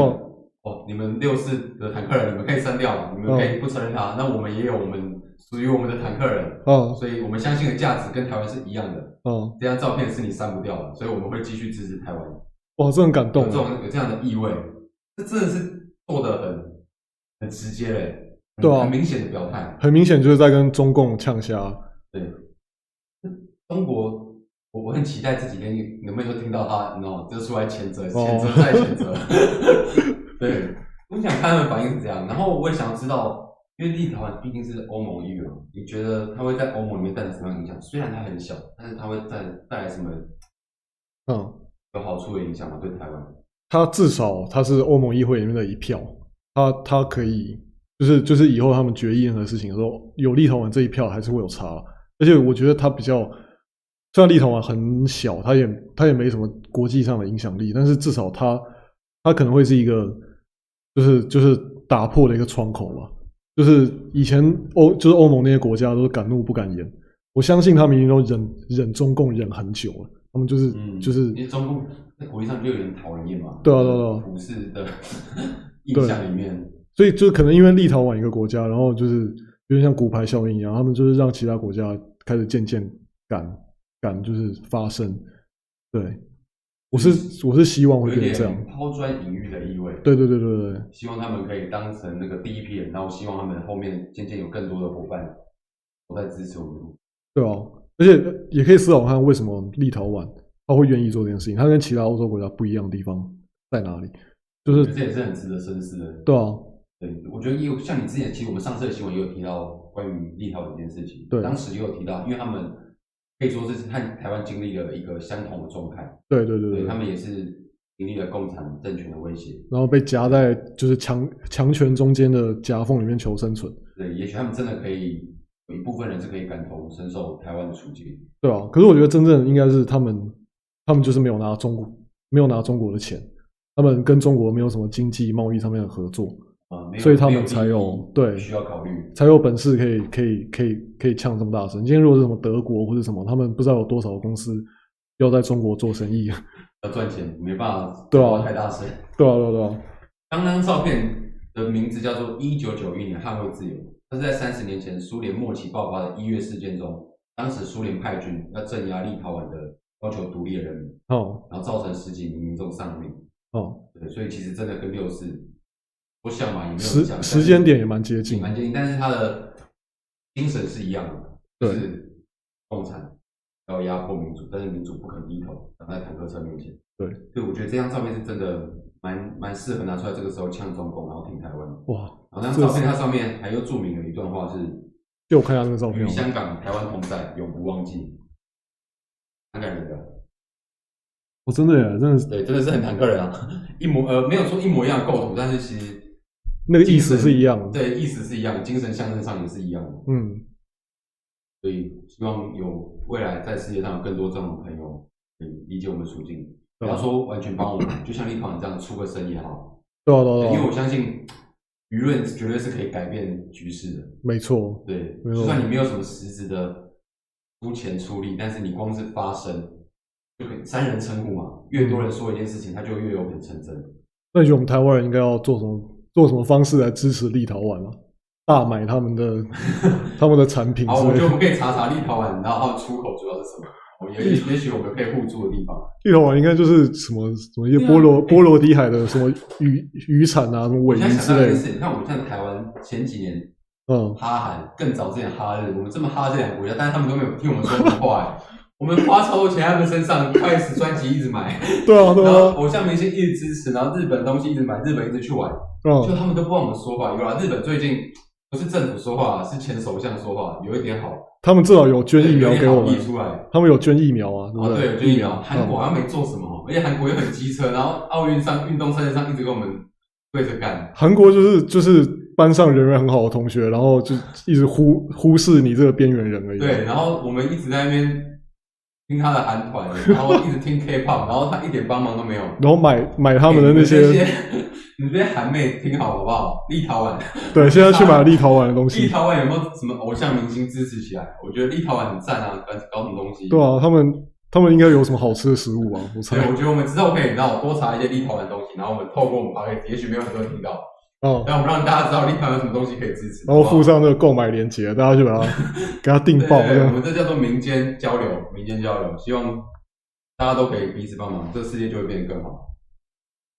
B: 哦，你们六四的坦克人，你们可以删掉了，你们可以不承认他，那我们也有我们属于我们的坦克人，
A: 嗯
B: 所以我们相信的价值跟台湾是一样的。
A: 嗯，
B: 这张照片是你删不掉的，所以我们会继续支持台湾，
A: 哇，这很感
B: 有
A: 动
B: 这。种有这样的意味，这真的是做的很很直接嘞、很
A: 对啊
B: 很明显的表态。
A: 很明显就是在跟中共呛虾。
B: 对，中国。我我很期待这几天能不能够听到他，你知道吗？就出来谴责、谴
A: 哦
B: 责再谴责。 对，我想看他们反应是这样，然后我也想知道，因为立陶宛毕竟是欧盟一员，你觉得它会在欧盟里面带来什么样的影响？虽然它很小，但是它会带带来什么
A: 嗯，
B: 有好处的影响吗？对台湾？
A: 他至少他是欧盟议会里面的一票，他他可以就是就是以后他们决议任何事情的时候，有立陶宛这一票还是会有差。而且我觉得他比较，虽然立陶宛很小，他也他也没什么国际上的影响力，但是至少他他可能会是一个就是就是打破的一个窗口吧。就是以前欧就是欧盟那些国家都是敢怒不敢言，我相信他们已经都忍忍中共忍很久了，他们就是、就是
B: 嗯因为中共在国际上就有点讨人厌嘛。
A: 对啊对啊对啊
B: 普世 的印象里面，
A: 所以就可能因为立陶宛一个国家，然后就是有点像骨牌效应一样，他们就是让其他国家开始渐渐敢敢就是发声。对，我是我是希望会
B: 嗯有
A: 变成这
B: 点
A: 样。
B: 抛砖引玉的意味。
A: 对对对对对对，
B: 希望他们可以当成那个第一批人，然后希望他们后面渐渐有更多的伙伴都在支持我们。
A: 对啊，而且也可以思考看为什么立陶宛他会愿意做这件事情，他跟其他欧洲国家不一样的地方在哪里？就是
B: 这也是很值得深思的。
A: 对啊，
B: 对，我觉得也有像你之前，其实我们上次的新闻也有提到关于立陶宛这件事情，
A: 对
B: 当时也有提到，因为他们可以说是和台湾经历了一个相同的状态，
A: 对对对
B: 对
A: 对，
B: 他
A: 对
B: 们也是经历了共产政权的威胁，
A: 然后被夹在就是强强权中间的夹缝里面求生存。
B: 对，也许他们真的可以有一部分人是可以感同身受台湾的处境，
A: 对啊，可是我觉得真正应该是他们，他们就是没有拿中国，没有拿中国的钱，他们跟中国没有什么经济贸易上面的合作，
B: 啊、没有
A: 所以他们
B: 没利益
A: 才有对
B: 需要考虑，
A: 才有本事可以可以可以可以呛这么大声。今天如果是什么德国或者什么，他们不知道有多少公司要在中国做生意，
B: 要赚钱，没办法，
A: 对啊
B: 太大声。
A: 对啊对啊对啊，
B: 当当照片的名字叫做《一九九一年捍卫自由》，它是在三十年前苏联末期爆发的一月事件中，当时苏联派军要镇压立陶宛的要求独立的人民，
A: 哦
B: 然后造成十几名民众丧命。
A: 哦，
B: 对，所以其实真的跟六四不像嘛，也没有
A: 时
B: 讲
A: 时间点也蛮接近，
B: 蛮接近，但是它的精神是一样的，就
A: 对
B: 是共产要压迫民主，但是民主不肯低头，挡在坦克车面前。
A: 对，
B: 对，我觉得这张照片是真的蛮蛮适合拿出来，这个时候呛中共，然后挺台湾。
A: 哇！
B: 然后那张照片，它上面还又注明了一段话是
A: 就我看一下那个照：“片
B: 与
A: 哦，
B: 香港、台湾同在，永不忘记。”香港人的，
A: 我真的耶，真的是
B: 对，真的是很坦克人啊， 一模呃没有说一模一样的构图，但是其实
A: 那个意思是一样的，
B: 对意思是一样的，精神象征上也是一样的。
A: 嗯，
B: 所以希望有未来在世界上有更多这种朋友可以理解我们的处境，不
A: 对
B: 要
A: 啊
B: 说完全帮我们，就像立陶宛这样出个声也好，
A: 对啊对啊
B: 因为
A: 对啊，
B: 我相信舆论绝对是可以改变局势的。
A: 没错，
B: 对，
A: 没错
B: 就算你没有什么实质的出钱出力，但是你光是发声，就可以三人称呼嘛，越多人说一件事情，他就越有可能成真。
A: 那你觉得我们台湾人应该要做什么？做什么方式来支持立陶宛啊？大买他们 的他们的产品
B: 好，
A: 之
B: 我
A: 类
B: 觉得我
A: 的。
B: 们可以查查立陶宛，然后它的出口主要是什么。我也也许我们可以互助的地方，
A: 立陶宛应该就是什么什么一些
B: 对啊
A: 波罗、
B: 哎
A: 波罗的海的什么渔渔产啊，什么
B: 我
A: 尾
B: 现
A: 鱼
B: 在想
A: 之
B: 到一
A: 类的。
B: 件事情，看我们像台湾前几年
A: 嗯，
B: 哈韩，更早之前哈日，我们这么哈这两个国家，但是他们都没有听我们说什么话 哎。我们花超多钱在他们身上，快死专辑一直 买，
A: 对啊，对
B: 然后
A: 啊，
B: 偶像明星一直支持，然后日本东西一直买，日本一直去玩，就
A: 嗯，
B: 他们都不帮我们说话。有啊，日本最近不是政府说话，是前首相说话，有一点好，
A: 他们至少有捐疫苗给我
B: 有
A: 们
B: 一点好意，出来。
A: 他们有捐疫苗啊，对
B: 哦，
A: 不
B: 对，有
A: 对？
B: 捐疫苗。韩国好像没做什么，而且韩国又很机车，然后奥运上运动赛事上一直跟我们对着干。
A: 韩国就是就是班上人缘很好的同学，然后就一直忽忽视你这个边缘人而已。
B: 对，然后我们一直在那边听他的韩团， 然后一直听 K-pop，然后他一点帮忙都没有。
A: 然后买买他们的那
B: 哎些，
A: 些，
B: 你们这些你们这些韩妹听好好不好？立陶宛，
A: 对，现在去 买立陶宛的东
B: 立
A: 西，
B: 陶宛有没有什么偶像明星支持起来？我觉得立陶宛很赞啊，搞搞什么东西？
A: 对啊，他们他们应该有什么好吃的食物啊？我猜
B: 所以我觉得我们之后可以，让我多查一些立陶宛的东西，然后我们透过我们 p o d 也许没有很多人听到，
A: 啊，
B: 但我们让大家知道立陶宛有什么东西可以支持。
A: 然后
B: 好不好
A: 附上那个购买链接，大家就把 它给它订
B: 对
A: 爆
B: 对
A: 这
B: 对，我
A: 样。
B: 们这叫做民间交流，民间交流，希望大家都可以彼此帮忙，这个世界就会变得更好。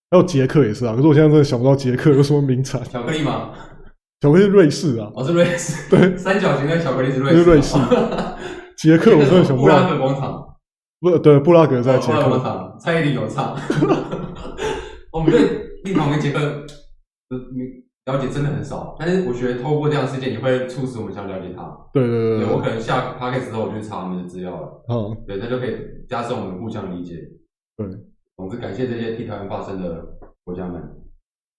A: 还有捷克也是啊，可是我现在真的想不到捷克有什么名产。
B: 巧克力吗？
A: 巧克力是瑞士啊，
B: 我、哦是瑞士，
A: 对，
B: 三角形的巧克力是瑞
A: 是
B: 士，啊
A: 瑞士 捷克我真的想
B: 布
A: 不
B: 拉
A: 到。
B: 格广场，
A: 不，对，布拉格在捷
B: 布拉格广
A: 克。
B: 场，蔡依林有唱。 哦我们对立陶宛跟捷克呃了解真的很少，但是我觉得透过这样的事件，也会促使我们想了解他。
A: 对对对
B: 对，
A: 对
B: 我
A: 对，
B: 可能下 p o d 之后，我就去查他们的资料了。
A: 嗯，
B: 对，那就可以加深我们互相理解。
A: 对，
B: 总之感谢这些替台湾发声的国家们，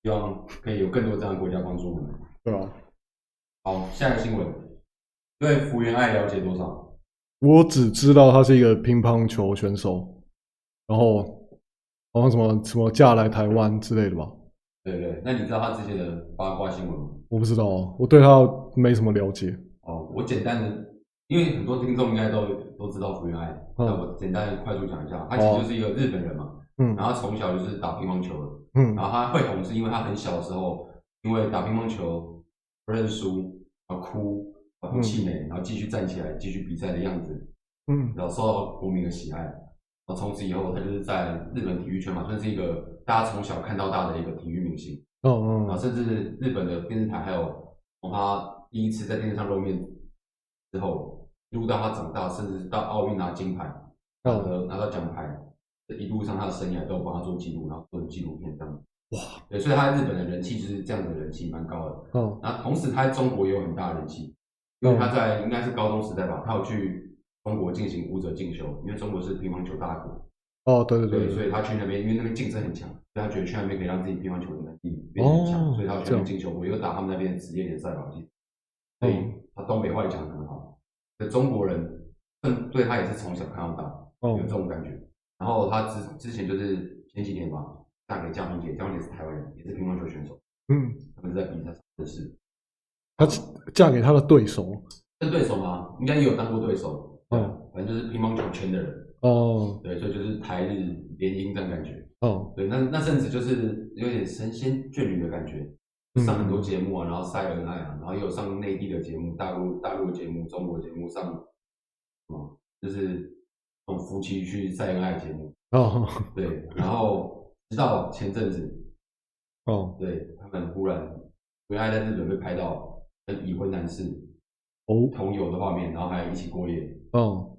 B: 希望可以有更多这样的国家帮助我们。
A: 对啊，
B: 好，下一个新闻，对福原爱了解多少？
A: 我只知道他是一个乒乓球选手，然后好像什么什么嫁来台湾之类的吧，
B: 对对，那你知道他之前的八卦新闻吗？
A: 我不知道啊，我对他没什么了解。
B: 哦，我简单的，因为很多听众应该都都知道福原爱，那、我简单的快速讲一下，他其实就是一个日本人嘛，
A: 哦嗯
B: 然后他从小就是打乒乓球的，
A: 嗯
B: 然后他会红是因为他很小的时候，因为打乒乓球不认输，然后哭，然后气馁，然后继续站起来继续比赛的样子，
A: 嗯
B: 然后受到国民的喜爱。然后从此以后，他就是在日本体育圈嘛，算是一个大家从小看到大的一个体育明星。
A: 嗯
B: 然后
A: 嗯
B: 甚至日本的电视台还有从他第一次在电视上露面之后，一路到他长大，甚至到奥运拿金牌，拿
A: 嗯，
B: 得拿到奖牌，这一路上他的生涯都有帮他做记录，然后做纪录片这样。哇！对，所以他在日本的人气就是这样的人气，蛮高的。
A: 嗯
B: 然后同时他在中国也有很大的人气，因为他在应该是高中时代吧，他有去中国进行舞者进修，因为中国是乒乓球大国，
A: 哦，对对
B: 对，
A: 对
B: 所
A: 对，
B: 以他去那边，因为那边竞争很强，所以他觉得去那边可以让自己乒乓球的能力变得很强，
A: 哦
B: 所以他要去那边进修。我又打他们那边的职业联赛吧，我记得。
A: 嗯
B: 所以他东北话也讲得很好，所以中国人更对他也是从小看到大，有这
A: 嗯
B: 种感觉。然后他之之前就是前几年吧，嫁给江宏杰，江宏杰是台湾人，也是乒乓球选手，
A: 嗯，
B: 他们是在比赛上认识。
A: 她嫁给他的对手
B: 是对手吗？应该也有当过对手，
A: 嗯，
B: 反正就是乒乓球圈的人，
A: 哦
B: 对，所以就是台日联姻这样感觉。
A: 哦
B: 对，那那阵子就是有点神仙眷侣的感觉，
A: 嗯
B: 上很多节目啊，然后晒恩爱啊，然后也有上内地的节目、大陆大陆的节目、中国节目上，嗯，就是那种夫妻去晒恩爱的节目。
A: 哦
B: 对，然后直到前阵子，
A: 哦
B: 对他们忽然回来在日本被拍到跟已婚男士
A: 哦
B: 同游的画面，然后还一起过夜，
A: 哦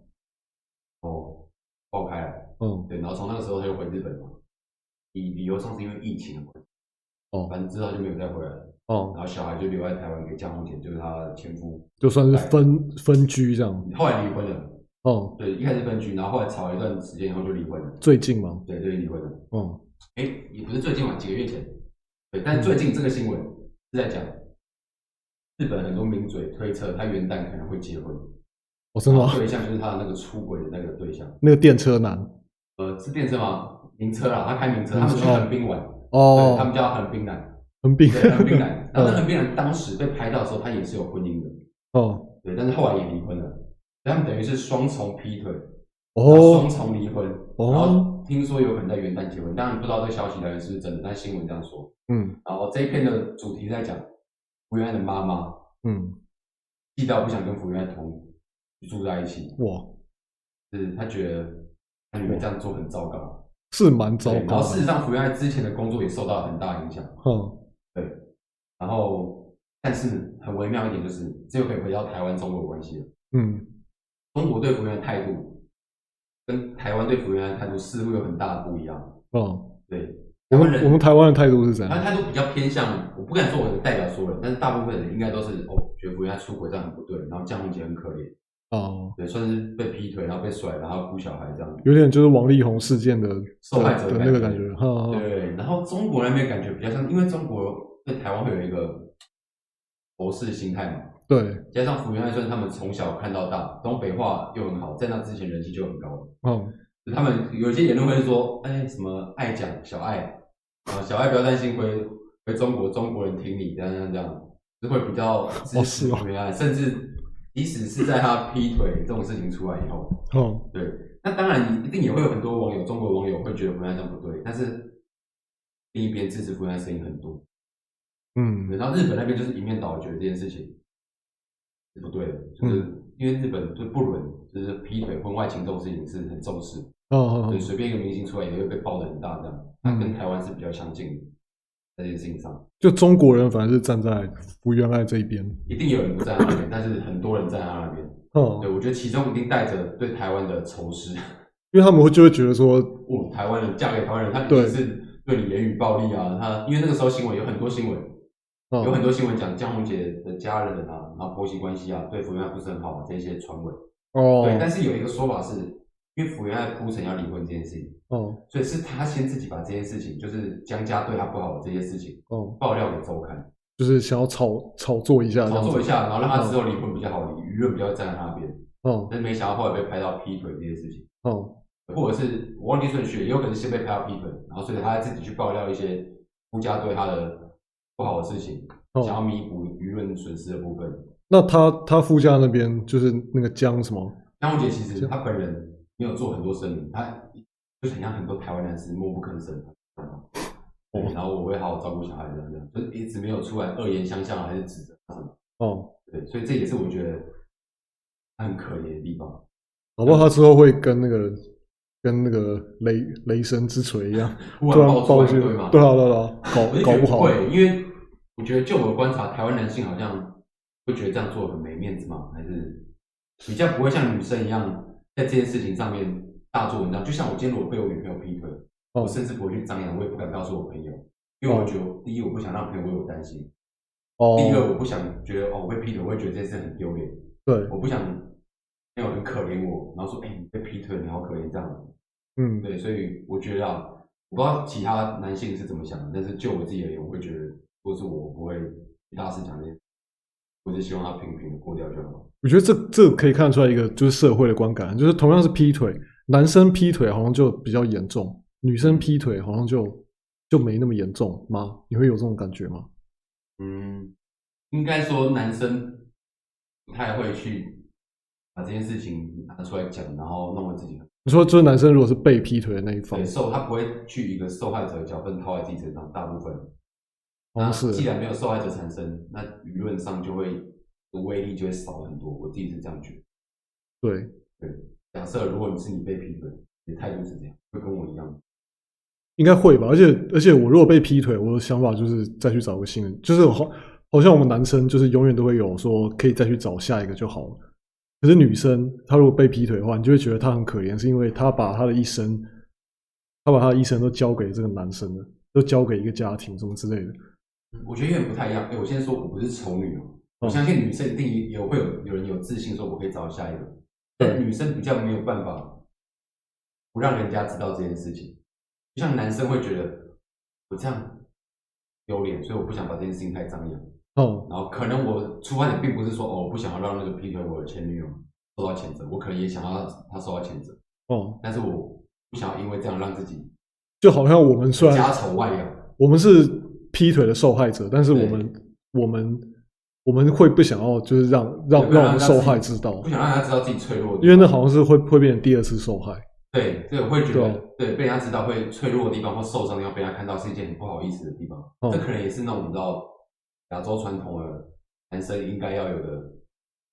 B: 哦，爆开了。
A: 哦
B: 对，然后从那个时候他就回日本了，理理由上是因为疫情的关系，
A: 哦
B: 反正之后就没有再回来了。
A: 哦，
B: 然后小孩就留在台湾给江宏杰，就是他的前夫。
A: 就算是分分居这样，
B: 后来离婚了，
A: 哦，
B: 对，一开始分居，然后后来吵了一段时间以后就离婚了，
A: 最近嘛，
B: 对，对，离婚了。
A: 哦
B: 哎，也不是最近嘛，几个月前，对，但最近这个新闻是在讲日本很多名嘴推测他元旦可能会结婚，
A: 哦，真的吗？
B: 对象就是他的那个出轨的那个对象，
A: 那个电车男
B: 呃，是电车吗？名车啦，他开名车，
A: 名
B: 他
A: 车
B: 们去横滨玩，对，他
A: 哦嗯
B: 们，叫横滨男，
A: 横滨
B: 对，横 滨男。然后那横滨男当时被拍到的时候，他也是有婚姻的，
A: 哦
B: 对，但是后来也离婚了，所以他们等于是双重劈腿，然后
A: 哦
B: 双重离婚，然
A: 哦，
B: 后听说有可能在元旦结婚，当然不知道这个消息来源是不是真的，但新闻这样说。
A: 嗯
B: 然后这一篇的主题在讲福原爱的妈妈
A: 嗯，
B: 气到不想跟福原爱同住在一起，
A: 哇，
B: 就是她觉得她女儿这样做很糟糕。
A: 是蛮哦糟
B: 对然
A: 糕
B: 后事
A: 的，
B: 实上，福原爱之前的工作也受到很大影响。
A: 嗯
B: 然后，但是很微妙一点就是，这又可以回到台湾中国关系了。
A: 嗯
B: 中国对福原爱的态度跟台湾对福原爱的态度似乎有很大的不一样。
A: 哦，
B: 对，
A: 我
B: 台湾
A: 们
B: 人
A: 我们台湾的态度是怎
B: 台湾
A: 样？
B: 态度比较偏向，我不敢说我代表所有人，但是大部分人应该都是哦，觉得福原爱出轨这样很不对，然后江宏杰很可怜，
A: 哦，
B: 对，算是被劈腿，然后被甩，然后顾小孩这样。
A: 有点就是王力宏事件的
B: 受害者
A: 的
B: 的
A: 的那个
B: 感
A: 感
B: 觉
A: 觉，哈，哈
B: 对，然后中国那边感觉比较像，因为中国对台湾会有一个仇视心态嘛，
A: 对，
B: 加上福原爱算他们从小看到大，东北话又很好，在那之前人气就很高。
A: 嗯，
B: 就他们有一些言论会说，哎，什么爱讲小爱啊，小爱不要担心回回中国，中国人听你这样这样这样，就会比较支持
A: 是哦
B: 福原爱，甚至即使是在他劈腿这种事情出来以后，
A: 嗯，
B: 那当然一定也会有很多网友，中国网友会觉得福原爱这样不对，但是另一边支持福原爱的声音很多。
A: 嗯，
B: 然后日本那边就是一面倒觉得这件事情是不对的，就是
A: 嗯
B: 因为日本对不伦，就是劈腿、婚外情这种事情是很重视，
A: 嗯，
B: 所以
A: 嗯，
B: 随便一个明星出来也会被爆得很大这样。那跟台湾是比较相近的，在这件事情上，
A: 就中国人反而是站在福原爱这一边，
B: 一定有人不在他那边，但是很多人在他那边。
A: 嗯，
B: 对，我觉得其中一定带着对台湾的仇视。
A: 因为他们会就会觉得说，
B: 哦，台湾人嫁给台湾人，他一
A: 对
B: 定是对你言语暴力啊！他因为那个时候新闻有很多新闻，
A: 嗯
B: 有很多新闻讲江宏杰的家人啊，然后婆媳关系啊，对福原爱不是很好啊，这些传闻。对，
A: 哦，
B: 但是有一个说法是，因为福原爱铺陈要离婚这件事情，
A: 哦，
B: 所以是他先自己把这件事情，就是江家对他不好的这些事情
A: 哦，
B: 爆料给周刊，
A: 就是想要炒炒作一下这
B: 炒
A: 样
B: 作
A: 子，
B: 一下，然后让他之后离婚比较好离，舆论比较站在他那边。
A: 嗯，
B: 但是没想到后来被拍到劈腿这件事情，
A: 嗯，
B: 或者是我忘记顺序，也有可能是先被拍到劈腿，然后所以他自己去爆料一些夫家对他的不好的事情，
A: 哦
B: 想要弥补舆论损失的部分。
A: 那他他夫家那边就是那个江什么，
B: 江宏杰其实他本人没有做很多声明，他就是很像很多台湾男士默不吭声。对，然后我会好好照顾小孩的，这样就是一直没有出来恶言相向啊还是指责他什么。
A: 哦，
B: 对，所以这也是我觉得他很可怜的地方。嗯
A: 搞不好他之后会跟那个跟那个雷雷神之锤一样，
B: 突
A: 突
B: 然
A: 然
B: 爆出
A: 爆
B: 来，
A: 出
B: 对
A: 去，
B: 吗？
A: 对啊，对啊，搞
B: 我就觉
A: 搞
B: 得
A: 不好，
B: 会，因为我觉得就我观察，台湾男性好像会觉得这样做很没面子嘛，还是比较不会像女生一样在这件事情上面大做文章。就像我今天如果被我女朋友劈腿，
A: 哦
B: 我甚至不会去张扬，我也不敢告诉我朋友，因为我觉得第一我不想让朋友为我担心，第二
A: 哦，
B: 我不想觉得哦我被劈腿，我会觉得这件事很丢脸，
A: 对，
B: 我不想朋友很可怜我，然后说哎、你被劈腿你好可怜这样。
A: 嗯，
B: 对，所以我觉得啊，我不知道其他男性是怎么想的，但是就我自己而言，我会觉得，如果是我，我不会一大事讲这些，我就希望他平平的过掉就好。
A: 我觉得这这可以看得出来一个就是社会的观感，就是同样是劈腿，男生劈腿好像就比较严重，女生劈腿好像就就没那么严重吗？你会有这种感觉吗？
B: 嗯，应该说男生不太会去把这件事情拿出来讲，然后弄得自己很
A: 你说，就是男生如果是被劈腿的那一方
B: 对，受，他不会去一个受害者的角分套在自己身上，大部分。
A: 好
B: 那
A: 像是
B: 既然没有受害者产生，那舆论上就会的威力就会少很多。我自己是这样觉得。
A: 对，
B: 假设如果你是你被劈腿，你的态度是这样，会跟我一样。
A: 应该会吧。而且而且，我如果被劈腿，我的想法就是再去找个新人，就是好好像我们男生就是永远都会有说可以再去找下一个就好了。可是女生她如果被劈腿的话，你就会觉得她很可怜，是因为她把她的一生，她把她的一生都交给这个男生了，都交给一个家庭什么之类的。
B: 我觉得有点不太一样。哎、我先说，我不是丑女哦、我相信女生一定也有会有有人有自信说我可以找下一个，但女生比较没有办法不让人家知道这件事情。就像男生会觉得我这样丢脸，所以我不想把这件事情太张扬。
A: 哦、
B: 然后可能我出发点并不是说哦，我不想要让那个劈腿我的前女友受到谴责，我可能也想要她受到谴责，
A: 哦、
B: 但是我不想要因为这样让自己
A: 就好像我们虽然
B: 家丑外扬。
A: 我们是劈腿的受害者，但是
B: 对
A: 我们我们我们会不想要就是让让
B: 对
A: 让我们
B: 让
A: 受
B: 自己
A: 害知道
B: 我不，想让他知道自己脆弱的地方，
A: 因为那好像是会会变成第二次受害。
B: 对对，我会觉
A: 对
B: 得对被人家知道会脆弱的地方或受伤的地方被人家看到是一件很不好意思的地方。
A: 嗯
B: 这可能也是那种你知道亚洲传统的男生应该要有的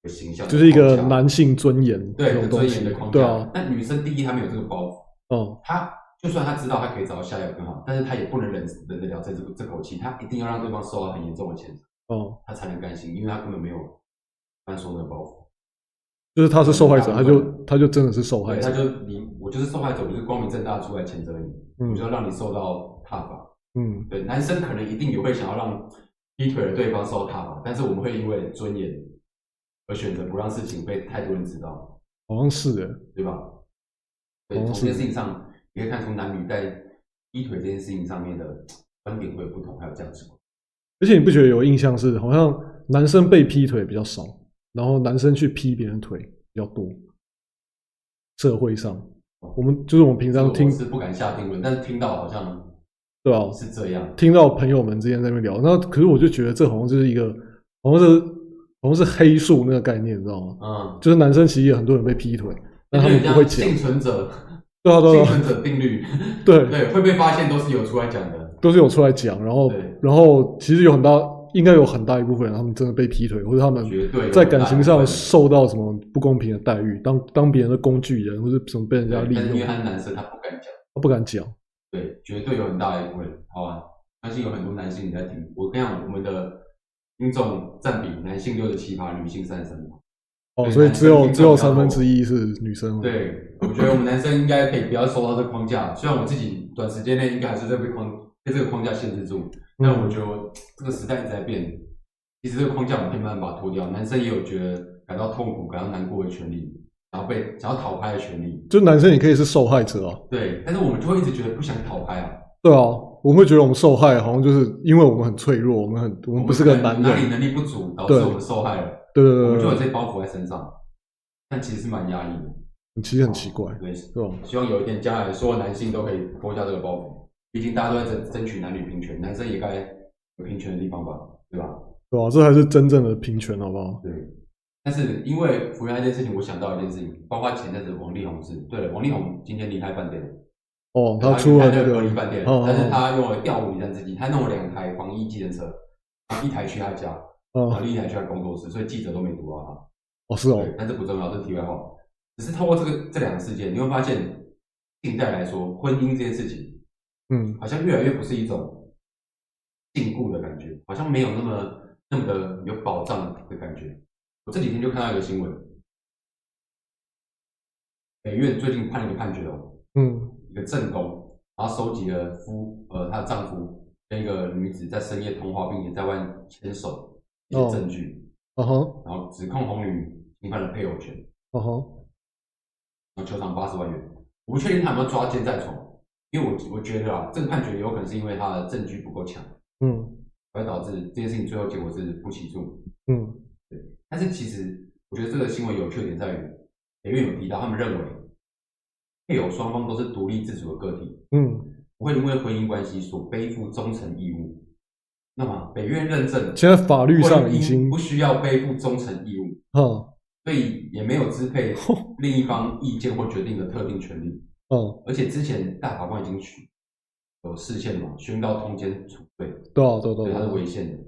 B: 一个形象，
A: 就是一个
B: 框架
A: 男性尊严
B: 对
A: 这
B: 一
A: 种
B: 个
A: 东
B: 尊
A: 西
B: 严的框，架。
A: 对啊，
B: 那女生第一她没有这个包袱，
A: 嗯，
B: 她就算她知道她可以找到下一个更好，但是她也不能忍忍得了这这这口气，她一定要让对方受到很严重的谴责，
A: 哦、
B: 她才能甘心，因为她根本没有刚才说那个包袱。
A: 就是他是受害者，
B: 大
A: 他
B: 部分
A: 就他就真的是受害
B: 对，
A: 者
B: 他，就你我就是受害者，我就是光明正大出来谴责你，
A: 嗯
B: 我就要让你受到挞伐。
A: 嗯，
B: 对，男生可能一定也会想要让劈腿的对方受到挞伐，但是我们会因为尊严而选择不让事情被太多人知道，
A: 好像是的，
B: 对吧？对，
A: 哦
B: 从这
A: 是
B: 件事情上，你可以看出男女在劈腿这件事情上面的观点会有不同，还有价值观。
A: 而且你不觉得有印象是好像男生被劈腿比较少，然后男生去劈别人腿比较多。社会上，
B: 哦
A: 我们就是我们平
B: 这个
A: 常听
B: 我是不敢下定论，但是听到好像
A: 对吧、啊？
B: 是这样。
A: 听到朋友们之间在那边聊，那可是我就觉得这好像就是一个，好像是好像是黑数那个概念，你知道吗？
B: 嗯，
A: 就是男生其实也很多人被劈腿，但他们不会讲
B: 就有点像幸，存者，
A: 对啊 对
B: 幸
A: 啊
B: 存者定律，
A: 对 啊，对，
B: 对，会被发现都是有出来讲的。
A: 都是有出来讲，然后
B: 对
A: 然后其实有很大应该有很大一部分人他们真的被劈腿，或者他们
B: 绝对有
A: 在感情
B: 大
A: 上
B: 的
A: 受到什么不公平的待遇，当当别人的工具人，或者什么被人家
B: 对
A: 利
B: 但是因为
A: 用，
B: 他是男生，他不敢讲。
A: 他不敢讲，
B: 对，绝对有很大一部分，好吧？相信有很多男性也在听。我跟你讲，我们的听众占比男性六十七趴，女性三十三趴。
A: 哦，
B: 对
A: 所以
B: 男生
A: 只有
B: 听
A: 只有
B: 众
A: 三
B: 然后
A: 分之一是女生，，嗯
B: 对，我觉得我们男生应该可以不要受到这框架，虽然我自己短时间内应该还是在被框被这个框架限制住，
A: 嗯
B: 但我觉得我这个时代一直在变，其实这个框架我们可以慢慢把它脱掉。男生也有觉得感到痛苦、感到难过的权利，想要被想要讨拍的权利。
A: 就男生也可以是受害者啊，
B: 对，但是我们就会一直觉得不想讨拍啊，
A: 对啊，我们会觉得我们受害，好像就是因为我们很脆弱，我们很我
B: 我
A: 们不是个
B: 可能
A: 男
B: 哪里
A: 人，
B: 能力不足导致
A: 对
B: 我们受害了。
A: 对对
B: 我
A: 对
B: 们就有
A: 对
B: 这包袱在身上，但其实是蛮压抑的。
A: 对，其实很奇怪，
B: 对，
A: 对吧？
B: 希望有一天将来所有男性都可以脱下这个包袱，毕竟大家都在争争取男女平权，男生也该有平权的地方吧，对吧？
A: 对啊吧？这才是真正的平权，好不好？
B: 对。但是因为福原爱这件事情，我想到一件事情，包括前阵子王力宏是，对了，王力宏今天离开饭店了，
A: 哦，他出了
B: 开
A: 那
B: 了隔
A: 个
B: 离饭店，
A: 哦哦
B: 但是他用了调虎离山之计，他弄了两台防疫计程车，一台去他家，然后
A: 啊，
B: 另一台去他工作室，所以记者都没读到他。
A: 哦是哦，
B: 对，但这不重要，这是题外话。只是透过这个这两个事件，你会发现，近代来说，婚姻这件事情
A: 嗯，
B: 好像越来越不是一种禁锢的感觉，好像没有那么那么的有保障的感觉。我这几天就看到一个新闻，北院最近判了一个判决哦，
A: 嗯，
B: 一个正宫，然后收集了夫呃她的丈夫跟一个女子在深夜通话，并且在外牵手一些
A: 哦
B: 证据，
A: 啊哈，
B: 然后指控红女侵犯了配偶权。
A: 啊哈，
B: 然后球场八十万元。我不确定他有没有抓奸在床，因为我我觉得啊，这个判决有可能是因为他的证据不够强，
A: 嗯
B: 而导致这件事情最后结果是不起诉。
A: 嗯
B: 但是其实我觉得这个新闻有趣的点在于，北院有提到他们认为配偶双方都是独立自主的个体，
A: 嗯，
B: 不会因为婚姻关系所背负忠诚义务。那么北院认证，
A: 现在法律上
B: 婚
A: 已
B: 姻
A: 经
B: 不需要背负忠诚义务，
A: 啊
B: 所以也没有支配
A: 吼
B: 另一方意见或决定的特定权利。
A: 啊，
B: 而且之前大法官已经取有视线嘛，宣告通奸处罪，
A: 对啊对啊
B: 所
A: 对
B: 以
A: 啊
B: 它是
A: 对啊，
B: 违宪的。因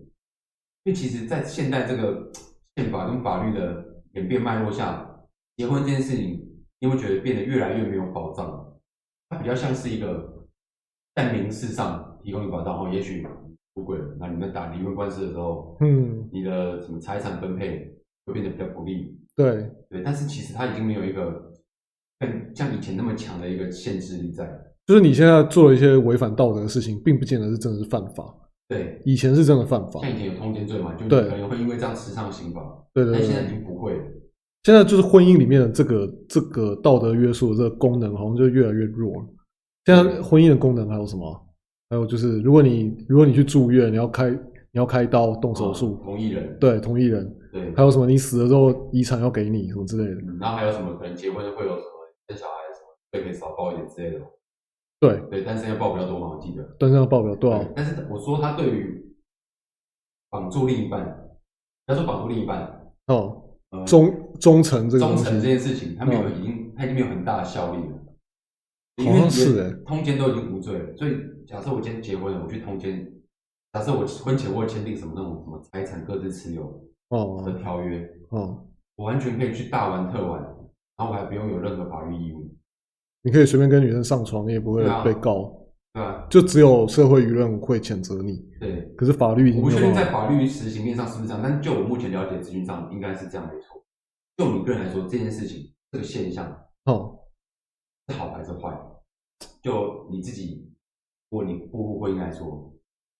B: 为其实，在现代这个宪法跟法律的演变脉络下，结婚这件事情，你会觉得变得越来越没有保障了。它比较像是一个在民事上提供你保障，然哦后也许出轨了，那你们打离婚官司的时候，
A: 嗯
B: 你的什么财产分配会变得比较不利，
A: 对，
B: 对。但是其实它已经没有一个更像以前那么强的一个限制力在了。
A: 就是你现在做了一些违反道德的事情，并不见得是真的是犯法，
B: 对，
A: 以前是真的犯法，
B: 像以前有通奸罪嘛，就你
A: 对
B: 可能会因为这样吃上刑罚，
A: 对对
B: 但
A: 对
B: 现在
A: 对
B: 已。经不会了。
A: 现在就是婚姻里面的这个这个道德约束的这个功能，好像就越来越弱了。现在婚姻的功能还有什么啊？还有就是，如果你如果你去住院，你要开你要开刀动手术
B: 啊，同意人，
A: 对，同意人，
B: 对，
A: 还有什么？你死了之后遗产要给你什么之类的，
B: 嗯然后还有什么可能结婚会有什么生小孩什么，对，可以少报一点之类的。
A: 对，
B: 对，单身要报比较多嘛，我记得。
A: 但是要报表多少？
B: 但是我说他对于绑住另一半，他说绑住另一半，
A: 哦，
B: 呃，
A: 忠忠诚这个
B: 忠
A: 东
B: 诚这
A: 西，嗯
B: 件事情，他没有已经他已经没有很大的效力了。因
A: 好
B: 为
A: 像是哎，
B: 通奸都已经无罪了，所以假设我今天结婚了，我去通奸，假设我婚前我有签订什么那种什么财产各自持有的
A: 哦
B: 条约，
A: 哦，
B: 我完全可以去大玩特玩，然后我还不用有任何法律义务，
A: 你可以随便跟女生上床，你也不会
B: 对啊
A: 被告，
B: 对吧？
A: 就只有社会舆论会谴责你，
B: 对，
A: 可是法律已
B: 我
A: 经没
B: 不确
A: 有
B: 定
A: 办
B: 在
A: 法。
B: 法律实行面上是不是这样，但就我目前了解的资讯上，应该是这样没错。就你个人来说，这件事情这个现象
A: 哦，
B: 是好还是坏？就你自己，如果你步入婚姻来说，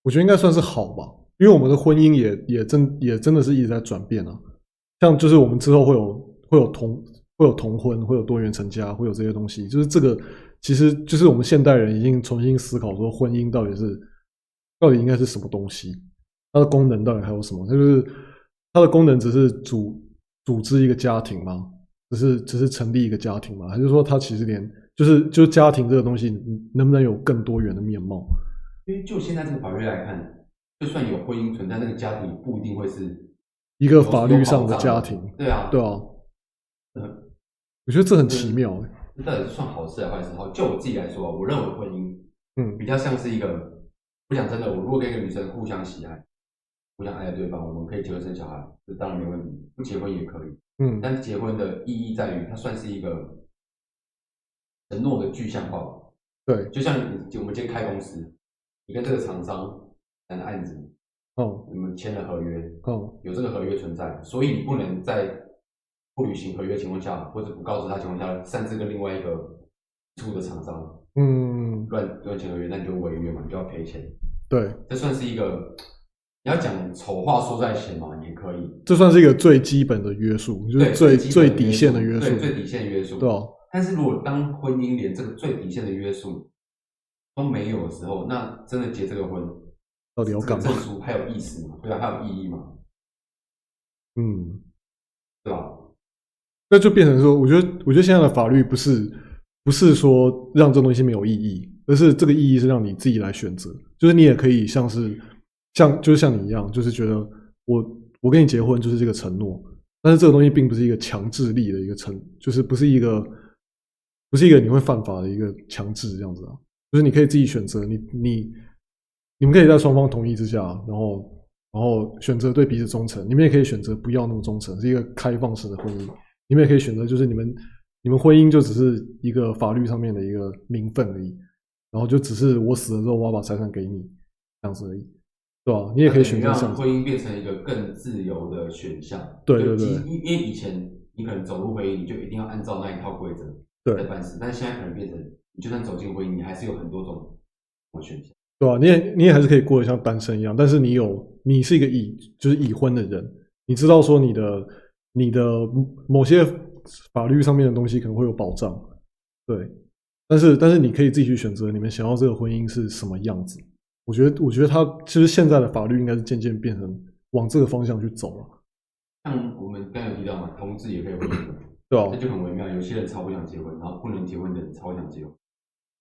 A: 我觉得应该算是好吧，因为我们的婚姻也也真也真的是一直在转变啊。像就是我们之后会有会有同会有同婚，会有多元成家，会有这些东西，就是这个其实就是我们现代人已经重新思考说婚姻到底是到底应该是什么东西，它的功能到底还有什么？它就是它的功能只是组组织一个家庭吗？只是只是成立一个家庭吗？还是说它其实连就是就是家庭这个东西嗯能不能有更多元的面貌？
B: 因为就现在这个法律来看，就算有婚姻存在，那个家庭不一定会是
A: 一个法律上的家庭，
B: 对啊，
A: 对啊，
B: 嗯
A: 我觉得这很奇妙、欸。
B: 这到底是算好事还是坏事？好，就我自己来说，我认为婚姻
A: 嗯
B: 比较像是一个，我讲真的，我如果跟一个女生互相喜爱，互相爱着对方，我们可以结婚生小孩，这当然没问题，不结婚也可以。
A: 嗯
B: 但结婚的意义在于，它算是一个承诺的具象化。
A: 对，
B: 就像你我们今天开公司，你跟这个厂商谈案子，
A: 哦
B: 你们签了合约，
A: 哦
B: 有这个合约存在，所以你不能在不履行合约情况下，或者不告知他情况下，擅自跟另外一个出的厂商
A: 嗯，
B: 乱乱签合约，那你就违约嘛，你就要赔钱。
A: 对，
B: 这算是一个，你要讲丑话说在前嘛，也可以，
A: 这算是一个最基本的约束，就是
B: 对
A: 最
B: 基
A: 最
B: 本
A: 底线的约束，
B: 对最底线的约束，
A: 对啊，
B: 但是如果当婚姻连这个最底线的约束都没有的时候，那真的结这个婚，
A: 到底要
B: 这个
A: 干
B: 证
A: 嘛？
B: 书还有意思吗？对啊，还有意义吗？
A: 嗯。
B: 对吧？
A: 那就变成说，我觉得，我觉得现在的法律不是不是说让这东西没有意义，而是这个意义是让你自己来选择，就是你也可以像是像就是像你一样，就是觉得我我跟你结婚就是这个承诺，但是这个东西并不是一个强制力的一个承，就是不是一个不是一个你会犯法的一个强制这样子啊，就是你可以自己选择，你你你们可以在双方同意之下，然后。然后选择对彼此忠诚，你们也可以选择不要那么忠诚，是一个开放式的婚姻。你们也可以选择，就是你们你们婚姻就只是一个法律上面的一个名分而已，然后就只是我死了之后我要把财产给你这样子而已，对吧、你也可以选择这
B: 让
A: 样子，
B: 婚姻变成一个更自由的选项。
A: 对对
B: 就
A: 对
B: 即因因为以前你可能走入婚姻，你就一定要按照那一套规则
A: 对
B: 来办事，但现在可能变成，你就算走进婚姻，你还是有很多种选项。
A: 对吧、你也你也还是可以过得像单身一样，但是你有你是一个已就是已婚的人，你知道说你的你的某些法律上面的东西可能会有保障，对，但是但是你可以自己去选择你们想要这个婚姻是什么样子。我觉得我觉得它其实现在的法律应该是渐渐变成往这个方向去走了、
B: 像我们刚才有提到嘛，同志也可以婚姻。
A: 对吧、
B: 这就很微妙。有些人超不想结婚，然后不能结婚的人超想结婚，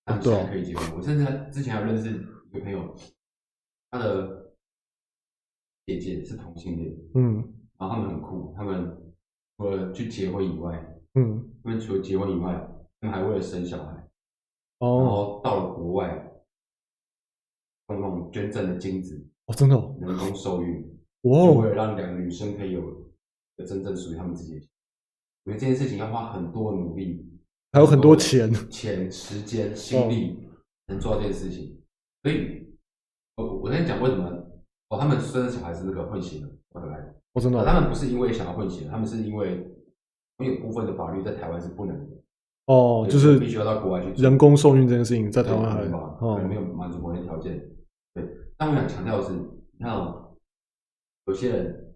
B: 他们
A: 对
B: 现
A: 啊
B: 在可以结婚。我甚至还之前还认识一个朋友，他的姐姐是同性恋，
A: 嗯
B: 然后他们很酷，他们除了去结婚以外，
A: 嗯，
B: 他们除了结婚以外，他们还为了生小孩，然
A: 哦，
B: 后到了国外，用那种捐赠的精子
A: 哦，真的哦，
B: 人工受孕，
A: 哇
B: 就为
A: 哦，
B: 了让两个女生可以有一个真正属于她们自己的。我觉得这件事情要花很多努力，
A: 还有很多钱，
B: 钱、时间、心
A: 哦
B: 力能做到这件事情。所以，我我我跟你讲为什么哦，他们生的小孩是那个混血的，我来的。
A: 哦，真的
B: 他
A: 哦，
B: 们不是因为想要混血，他们是因为因为有部分的法律在台湾是不能的，
A: 哦，就
B: 必须
A: 是
B: 要到国外去做
A: 人工受孕这件事情在台湾还
B: 对啊可能没
A: 哦，
B: 有满足某些条件。对，但我想强调的是，你看哦，有些人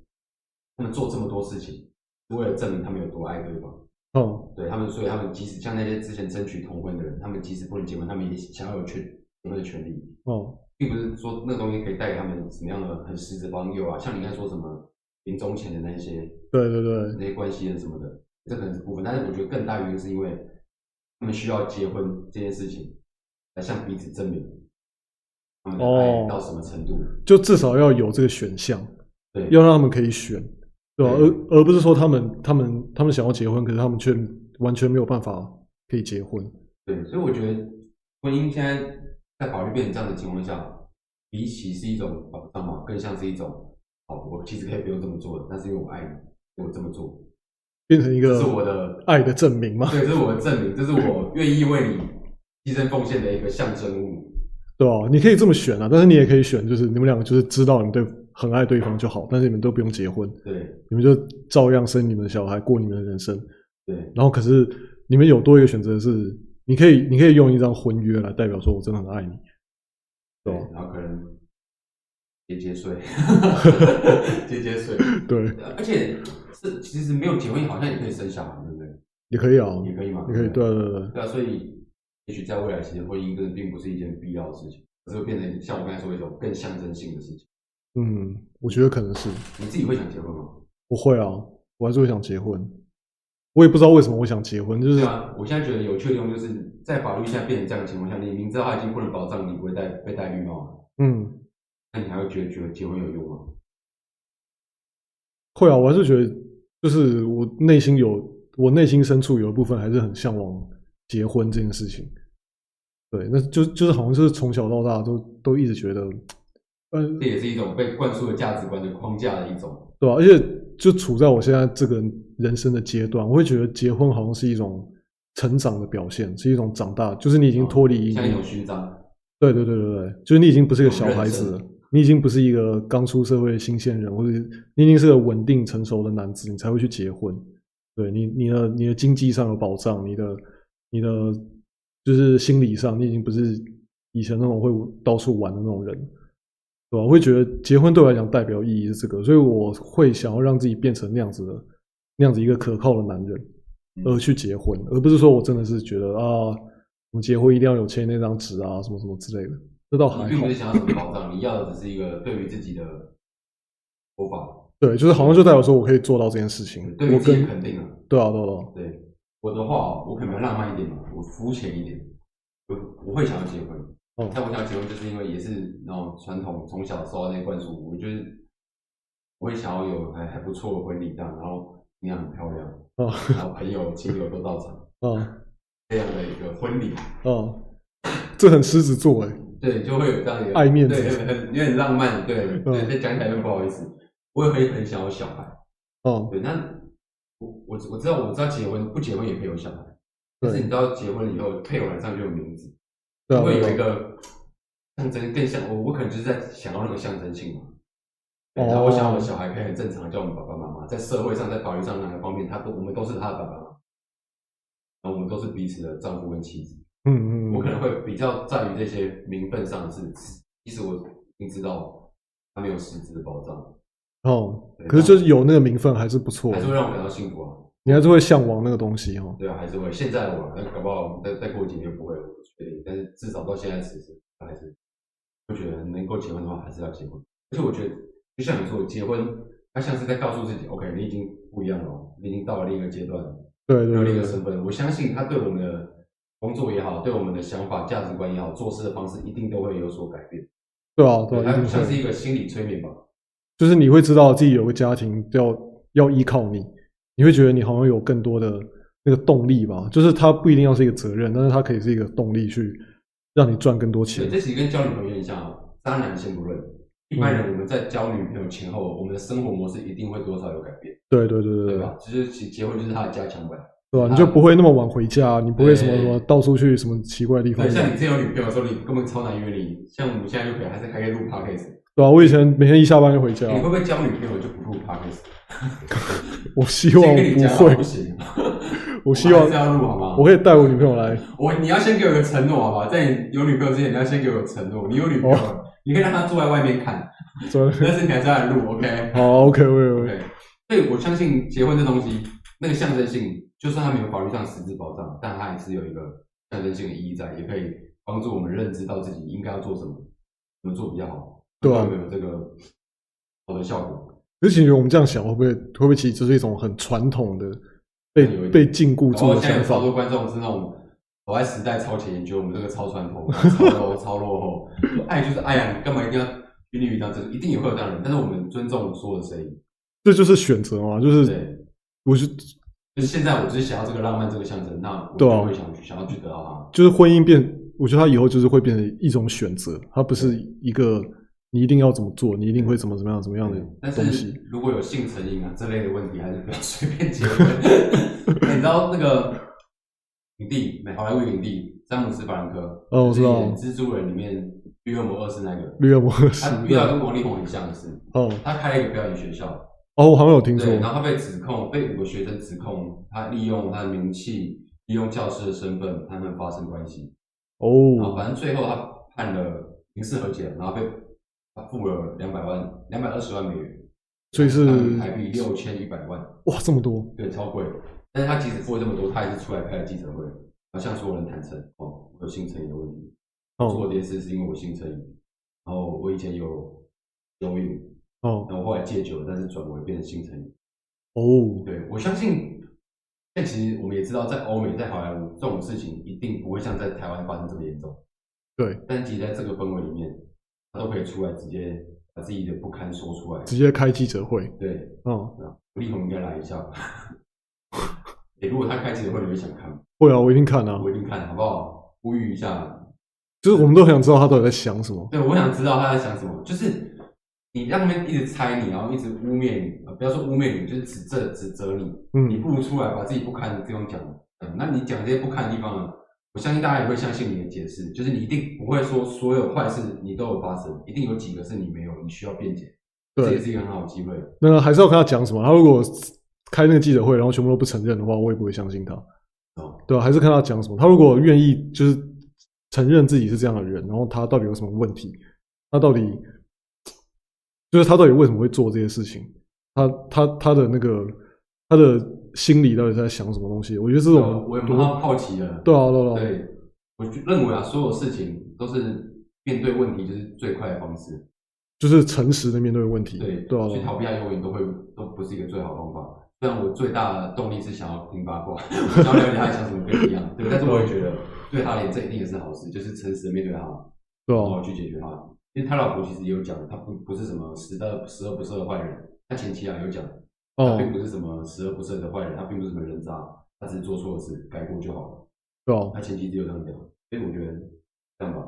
B: 他们做这么多事情，是为了证明他们有多爱对方。
A: 哦，
B: 对他们，所以他们即使像那些之前争取同婚的人，他们即使不能结婚，他们也想要有权结婚的权利，
A: 哦，
B: 并不是说那个东西可以带给他们什么样的很实质帮助啊。像你刚才说什么临终前的那些
A: 对对对，
B: 那些关系人啊什么的，这可能是部分，但是我觉得更大原因是因为他们需要结婚这件事情来向彼此证明他们的
A: 哦
B: 爱到什么程度。
A: 就至少要有这个选项，
B: 对，
A: 要让他们可以选，对吧、
B: 对
A: 而而不是说他们他们他们想要结婚，可是他们却完全没有办法可以结婚。
B: 对，所以我觉得婚姻现在在法律变成这样的情况下，比起是一种保障嘛，更像是一种，哦，我其实可以不用这么做的，但是因为我爱你，所以我这么做，
A: 变成一
B: 这是
A: 个
B: 我的，
A: 爱的证明嘛，
B: 对，这是我的证明，这是我愿意为你牺牲奉献的一个象征物。
A: 对吧、你可以这么选啊，但是你也可以选，就是你们两个就是知道你们对很爱对方就好，但是你们都不用结婚，
B: 对
A: 你们就照样生你们的小孩，过你们的人生。
B: 对
A: 然后可是你们有多一个选择是，你可以你可以用一张婚约来代表说我真的很爱你，对
B: 对
A: 吧、，
B: 然后可能节 节睡，节节睡，
A: 对，
B: 而且是其实没有结婚好像也可以生小孩，对不对？
A: 也可以啊，
B: 也可以嘛，
A: 你可以，
B: 不
A: 对对对，
B: 对啊，所以也许在未来，其实婚姻真的并不是一件必要的事情，而是会变成像我刚才说的一种更象征性的事情。
A: 嗯，我觉得可能是。
B: 你自己会想结婚吗？
A: 我会啊，我还是会想结婚。我也不知道为什么我想结婚，就是
B: 对啊，我现在觉得有趣的地方就是在法律现在变成这样的情况下，你明知道他已经不能保障你不会戴被戴绿帽，
A: 嗯，
B: 那你还会觉得觉得结婚有用吗？
A: 会啊，我还是觉得，就是我内心有，我内心深处有一部分还是很向往结婚这件事情。对，那就就是好像就是从小到大都都一直觉得，呃，
B: 这也是一种被灌输的价值观的框架的一种。
A: 对吧、而且就处在我现在这个人生的阶段，我会觉得结婚好像是一种成长的表现，是一种长大，就是你已
B: 已
A: 经脱离
B: 啊像一种勋章，
A: 对对对对对，就是你已经不是个小孩子
B: 认
A: 了，你已经不是一个刚出社会的新鲜人，或者是你已经是个稳定成熟的男子，你才会去结婚。对你，你的你的经济上有保障，你的你的就是心理上，你已经不是以前那种会到处玩的那种人，对吧？我会觉得结婚对我来讲代表意义是这个，所以我会想要让自己变成那样子的那样子一个可靠的男人，
B: 嗯
A: 而去结婚，而不是说我真的是觉得啊，我们结婚一定要有签那张纸啊，什么什么之类的，这倒还
B: 你
A: 好。
B: 并不是想要什么保障，你要的只是一个对于自己的说法，
A: 对，就是好像就代表说我可以做到这件事情。
B: 对于
A: 我
B: 自己
A: 跟
B: 的肯定啊。
A: 对啊，对啊，对啊
B: 对我的话，我可能浪漫一点嘛，我肤浅一点，我我会想要结婚。
A: 哦
B: 但我想结婚，就是因为也是那种传统从小受到那些灌输，我觉得我会想要有还还不错的婚礼这样，然后那样很漂亮，
A: 哦
B: 然后朋友亲友都到场，
A: 啊
B: 这样的一个婚礼，
A: 啊，这很狮子座哎，
B: 对，就会有这样一个
A: 爱面子
B: 对，很有点浪漫，对，对，
A: 嗯
B: 再讲起来又不好意思，我也会很想要小孩，
A: 哦、
B: 对，那我我我知道我知道结婚不结婚也可以有小孩，但是
A: 对
B: 你知道结婚以后配偶栏上就有名字，
A: 对啊，
B: 会有
A: 对
B: 一
A: 啊
B: 个象征更像我，我可能就是在想要那个象征性嘛。
A: 哦
B: 对然后我想要我的小孩可以很正常地叫我们爸爸妈妈，在社会上、在法律上哪个方面，他都我们都是他的爸爸妈妈，然后我们都是彼此的丈夫跟妻子。
A: 嗯嗯
B: 我可
A: 嗯，
B: 能会比较在于这些名分上是，其实我已经知道他没有实质的保障，
A: 哦
B: 对，啊
A: 可是就是有那个名分还是不错
B: 还，是会让我感到幸福啊。
A: 你还是会向往那个东西哦。
B: 对啊，还是会。现在我那搞不好再再过几年不会，我不确定。但是至少到现在此时，还是我觉得能够结婚的话，还是要结婚。而且我觉得，就像你说，结婚，它像是在告诉自己，OK，你已经不一样了哦，你已经到了另一个阶段了，
A: 对
B: 有
A: 对
B: 另一
A: 对
B: 个
A: 对，
B: 身份了。我相信他对我们的工作也好，对我们的想法、价值观也好，做事的方式一定都会有所改变。
A: 对啊对啊，
B: 它
A: 一定
B: 像是
A: 会，
B: 一个心理催眠吧。
A: 就是你会知道自己有个家庭要要依靠你，你会觉得你好像有更多的那个动力吧，就是它不一定要是一个责任，但是它可以是一个动力去让你赚更多
B: 对，
A: 钱。
B: 这其实跟交女朋友有点像啊。渣男先不论，一般人我们在交女朋友前后，我们的生活模式一定会多少有改变。
A: 对对对对对。
B: 对吧？就是其结婚就是他的加强版。
A: 对吧、
B: 啊
A: 你就不会那么晚回家，你不会什么
B: 对
A: 什么到处去什么奇怪的地方
B: 对，
A: 玩，
B: 像你之前有女朋友的时候，你根本超难约你。像我们现在就可以还是还可以录 podcast，、
A: 对吧、我以前每天一下班就回家，
B: 你会不会交女朋友就不录 podcast？
A: 我希望
B: 先跟你
A: 不
B: 讲好
A: 会
B: 不，行，啊
A: 我希望
B: 们还是要录好吗？
A: 我可以带我女朋友来，
B: 我你要先给我一个承诺好吧？在你有女朋友之前，你要先给我有承诺。你有女朋友了，
A: 哦
B: 你可以让她坐在外面看，
A: 真的
B: 但是你还是要来录，OK？
A: 好，OK，OK，、
B: OK，所以我相信结婚这东西，那个象征性，就算它没有法律上实质保障，但它还是有一个象征性的意义在，也可以帮助我们认知到自己应该要做什么，怎么做比较好，
A: 对啊
B: 会有这个好的效果。
A: 可是其实我们这样想，会不会会不会其实这是一种很传统的被
B: 有一点
A: 被禁锢
B: 然
A: 住
B: 后
A: 的
B: 现在
A: 想
B: 有超多
A: 法？
B: 观众是那种走在时代超前沿，觉得我们这个超传 统、超 low、超落后，就爱就是爱啊，你干嘛一定要拘泥于当这个？一定也会有这样的人，但是我们尊重所有的声音。
A: 这就是选择嘛，就是
B: 对，
A: 我是
B: 就是现在我只是想要这个浪漫这个象征，那我
A: 对啊
B: 就会想去、想要去得到它。
A: 就是婚姻变，我觉得它以后就是会变成一种选择，它不是一个你一定要怎么做，你一定会怎么怎么样怎么样的
B: 但
A: 东西
B: 是。如果有性成瘾啊这类的问题，还是不要随便 结婚。你知道那个影帝，美好莱坞影帝詹姆斯·法兰克，
A: 哦我知道
B: 就是演蜘蛛人里面绿恶魔二世那个，
A: 绿恶魔是
B: 他遇到跟王力宏很像的事，
A: 哦
B: 他开了一个表演学校，
A: 哦，我好像有听说
B: 对，，然后他被指控，被五个学生指控，他利用他的名气，利用教师的身份，他们发生关系，然后
A: 哦，
B: 反正最后他判了民事和解，然后被他付了两百万，两百二十万美元。
A: 所以是
B: 大概台币六千一百万，
A: 哇，这么多
B: 对，超贵。但是他即使付了这么多，他还是出来开了记者会，然后向所有人坦诚，哦，我有性成瘾的问题，做
A: 哦
B: 这件事是因为我性成瘾，然后我以前有酒瘾，
A: 哦
B: 然后我后来戒酒了，但是转为变成性成瘾，
A: 哦，
B: 对我相信，但其实我们也知道，在欧美、在好莱坞这种事情一定不会像在台湾发生这么严重。
A: 对，
B: 但其实在这个氛围里面，他都可以出来直接把自己的不堪说出来。
A: 直接开记者会，
B: 对，
A: 嗯，
B: 吴立宏应该来一下吧。欸如果他开记者会，你会想看吗？
A: 会啊，我一定看啊
B: 我，一定看，好不好？呼吁一下。
A: 就是我们都很想知道他到底在想什么，
B: 对，我想知道他在想什么。就是你让他们一直猜你，然后一直污蔑你，呃不要说污蔑你，就是指责指责你。你
A: 嗯，
B: 不如出来把自己不堪的地方讲。嗯，那你讲这些不堪的地方呢？我相信大家也会相信你的解释，就是你一定不会说所有坏事你都有发生，一定有几个是你没有，你需要辩解。这也
A: 对，
B: 是一个很好的机会。
A: 那还是要看他讲什么。他如果开那个记者会，然后全部都不承认的话，我也不会相信他，
B: 哦，
A: 对啊，还是看他讲什么。他如果愿意就是承认自己是这样的人，然后他到底有什么问题，他到底就是他到底为什么会做这些事情，他他他的那个他的心里到底在想什么东西？我觉得这
B: 对啊
A: 种
B: 我也蛮好好奇的。
A: 对啊对啊对啊，
B: 对，我就认为啊，所有事情都是面对问题就是最快的方式。
A: 就是诚实的面对问题，
B: 对，
A: 对啊
B: 去
A: 对啊，
B: 逃避它永远都会都不是一个最好的方法。虽然我最大的动力是想要听八卦， 想要了解他在想什么跟你一样，对，但是我也觉得对他而言这一定也是好事，就是诚实的面对他。
A: 对
B: 然
A: 啊，
B: 后去解决他。因为他老婆其实也有讲，他不不是什么十恶十恶不赦的坏人，他前妻啊有讲，他
A: 哦，
B: 并不是什么十恶不赦的坏人，他并不是什么人渣，他只是做错了事，改过就好了。
A: 对啊，
B: 他前妻只有这样讲，所以我觉得这样吧，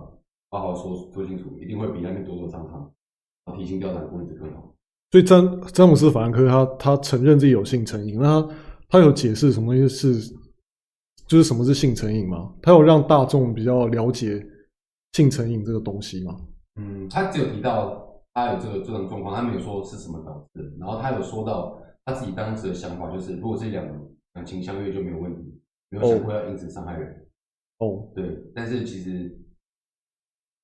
B: 好好说说清楚，一定会比那边躲躲藏藏，然后提心吊胆过日子更好。
A: 所以詹詹姆斯法兰科他他承认自己有性成瘾，那他他有解释什么东西是就是什么是性成瘾吗？他有让大众比较了解性成瘾这个东西吗？
B: 嗯，他只有提到他有这个这种状况，他没有说是什么导致的。然后他有说到他自己当时的想法，就是如果是两两情相悦就没有问题，没有想过要因此伤害人。
A: 哦，
B: 对，但是其实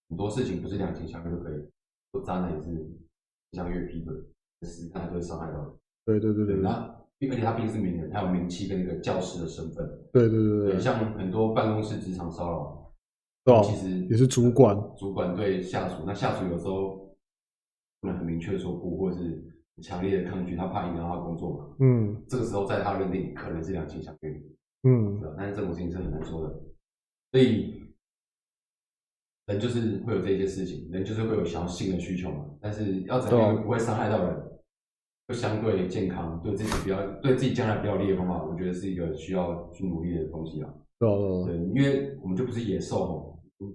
B: 很多事情不是两情相悦就可以，做渣男也是相悦劈腿，实际上还是会伤害到人。
A: 对对对对
B: 对，啊
A: 对
B: 那而且他毕竟是名人，他有名气跟那个教师的身份。
A: 对对对啊
B: 对，
A: 对，
B: 像很多办公室职场骚扰，
A: 对啊
B: 其实
A: 也是主管
B: 主管对下属，那下属有时候不能很明确说不，或者是很强烈的抗拒，他怕影响到他工作嘛。
A: 嗯
B: 这个时候在他认定可能是两情相悦。
A: 嗯，
B: 对啊但是这种事情是很难说的，所以人就是会有这些事情，人就是会有想要性的需求嘛，但是要怎么样
A: 对啊
B: 不会伤害到人，就相对健康，对自己比较对自己将来比较利的方法，我觉得是一个需要去努力的东西啊。
A: 对啊对啊对啊
B: 对，因为我们就不是野兽嘛，嗯，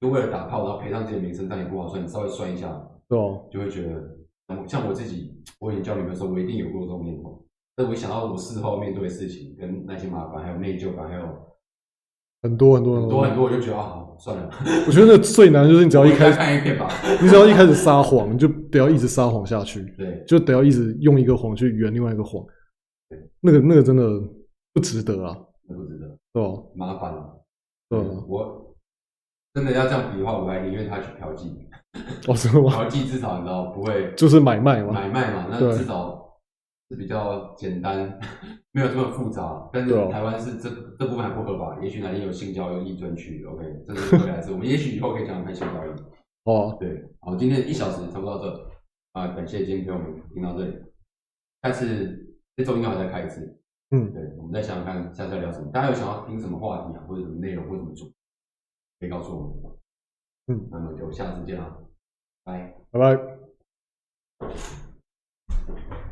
B: 就为了打炮，然后赔上自己的名声，但也不好算，你稍微算一下，
A: 对啊，
B: 就会觉得，嗯像我自己，我以前交女朋友的时候，我一定有过这种念头。但我一想到我事后面对的事情，跟那些麻烦，还有内疚感，还有
A: 很多很多
B: 很多很，多，我就觉得啊，算了，
A: 我觉得那最难就是你只要一开
B: 我应该
A: 始
B: 看一遍吧。
A: 你只要一开始撒谎，你就不要一直撒谎下去，
B: 对，
A: 就得要一直用一个谎去圆另外一个谎，那个那个真的不值得啊，
B: 那不值得，
A: 对吧、
B: 麻烦了。
A: 对啊吧、
B: 我真的要这样比的话，我还宁愿他去嫖 妓，
A: 哦，真的吗？
B: 嫖妓至少你知道不会
A: 就是买卖嘛，
B: 买卖嘛，那
A: 对
B: 至少是比较简单， 没有这么复杂。但是
A: 对啊
B: 台湾是这这部分还不合法，也许哪天有性交易议专区，OK，这是未来的事。我们也许以后可以讲讲看性交易。
A: 哦、啊，
B: 对，好，今天一小时差不多到这，啊、感谢今天陪我们听到这里。下次这周应该还再开一次，
A: 嗯，
B: 对，我们再想想看下次要聊什么。大家有想要听什么话题啊，或者什么内容，或者什么主题，可以告诉我们。
A: 嗯，
B: 那么就下次见啦，拜。
A: 拜拜。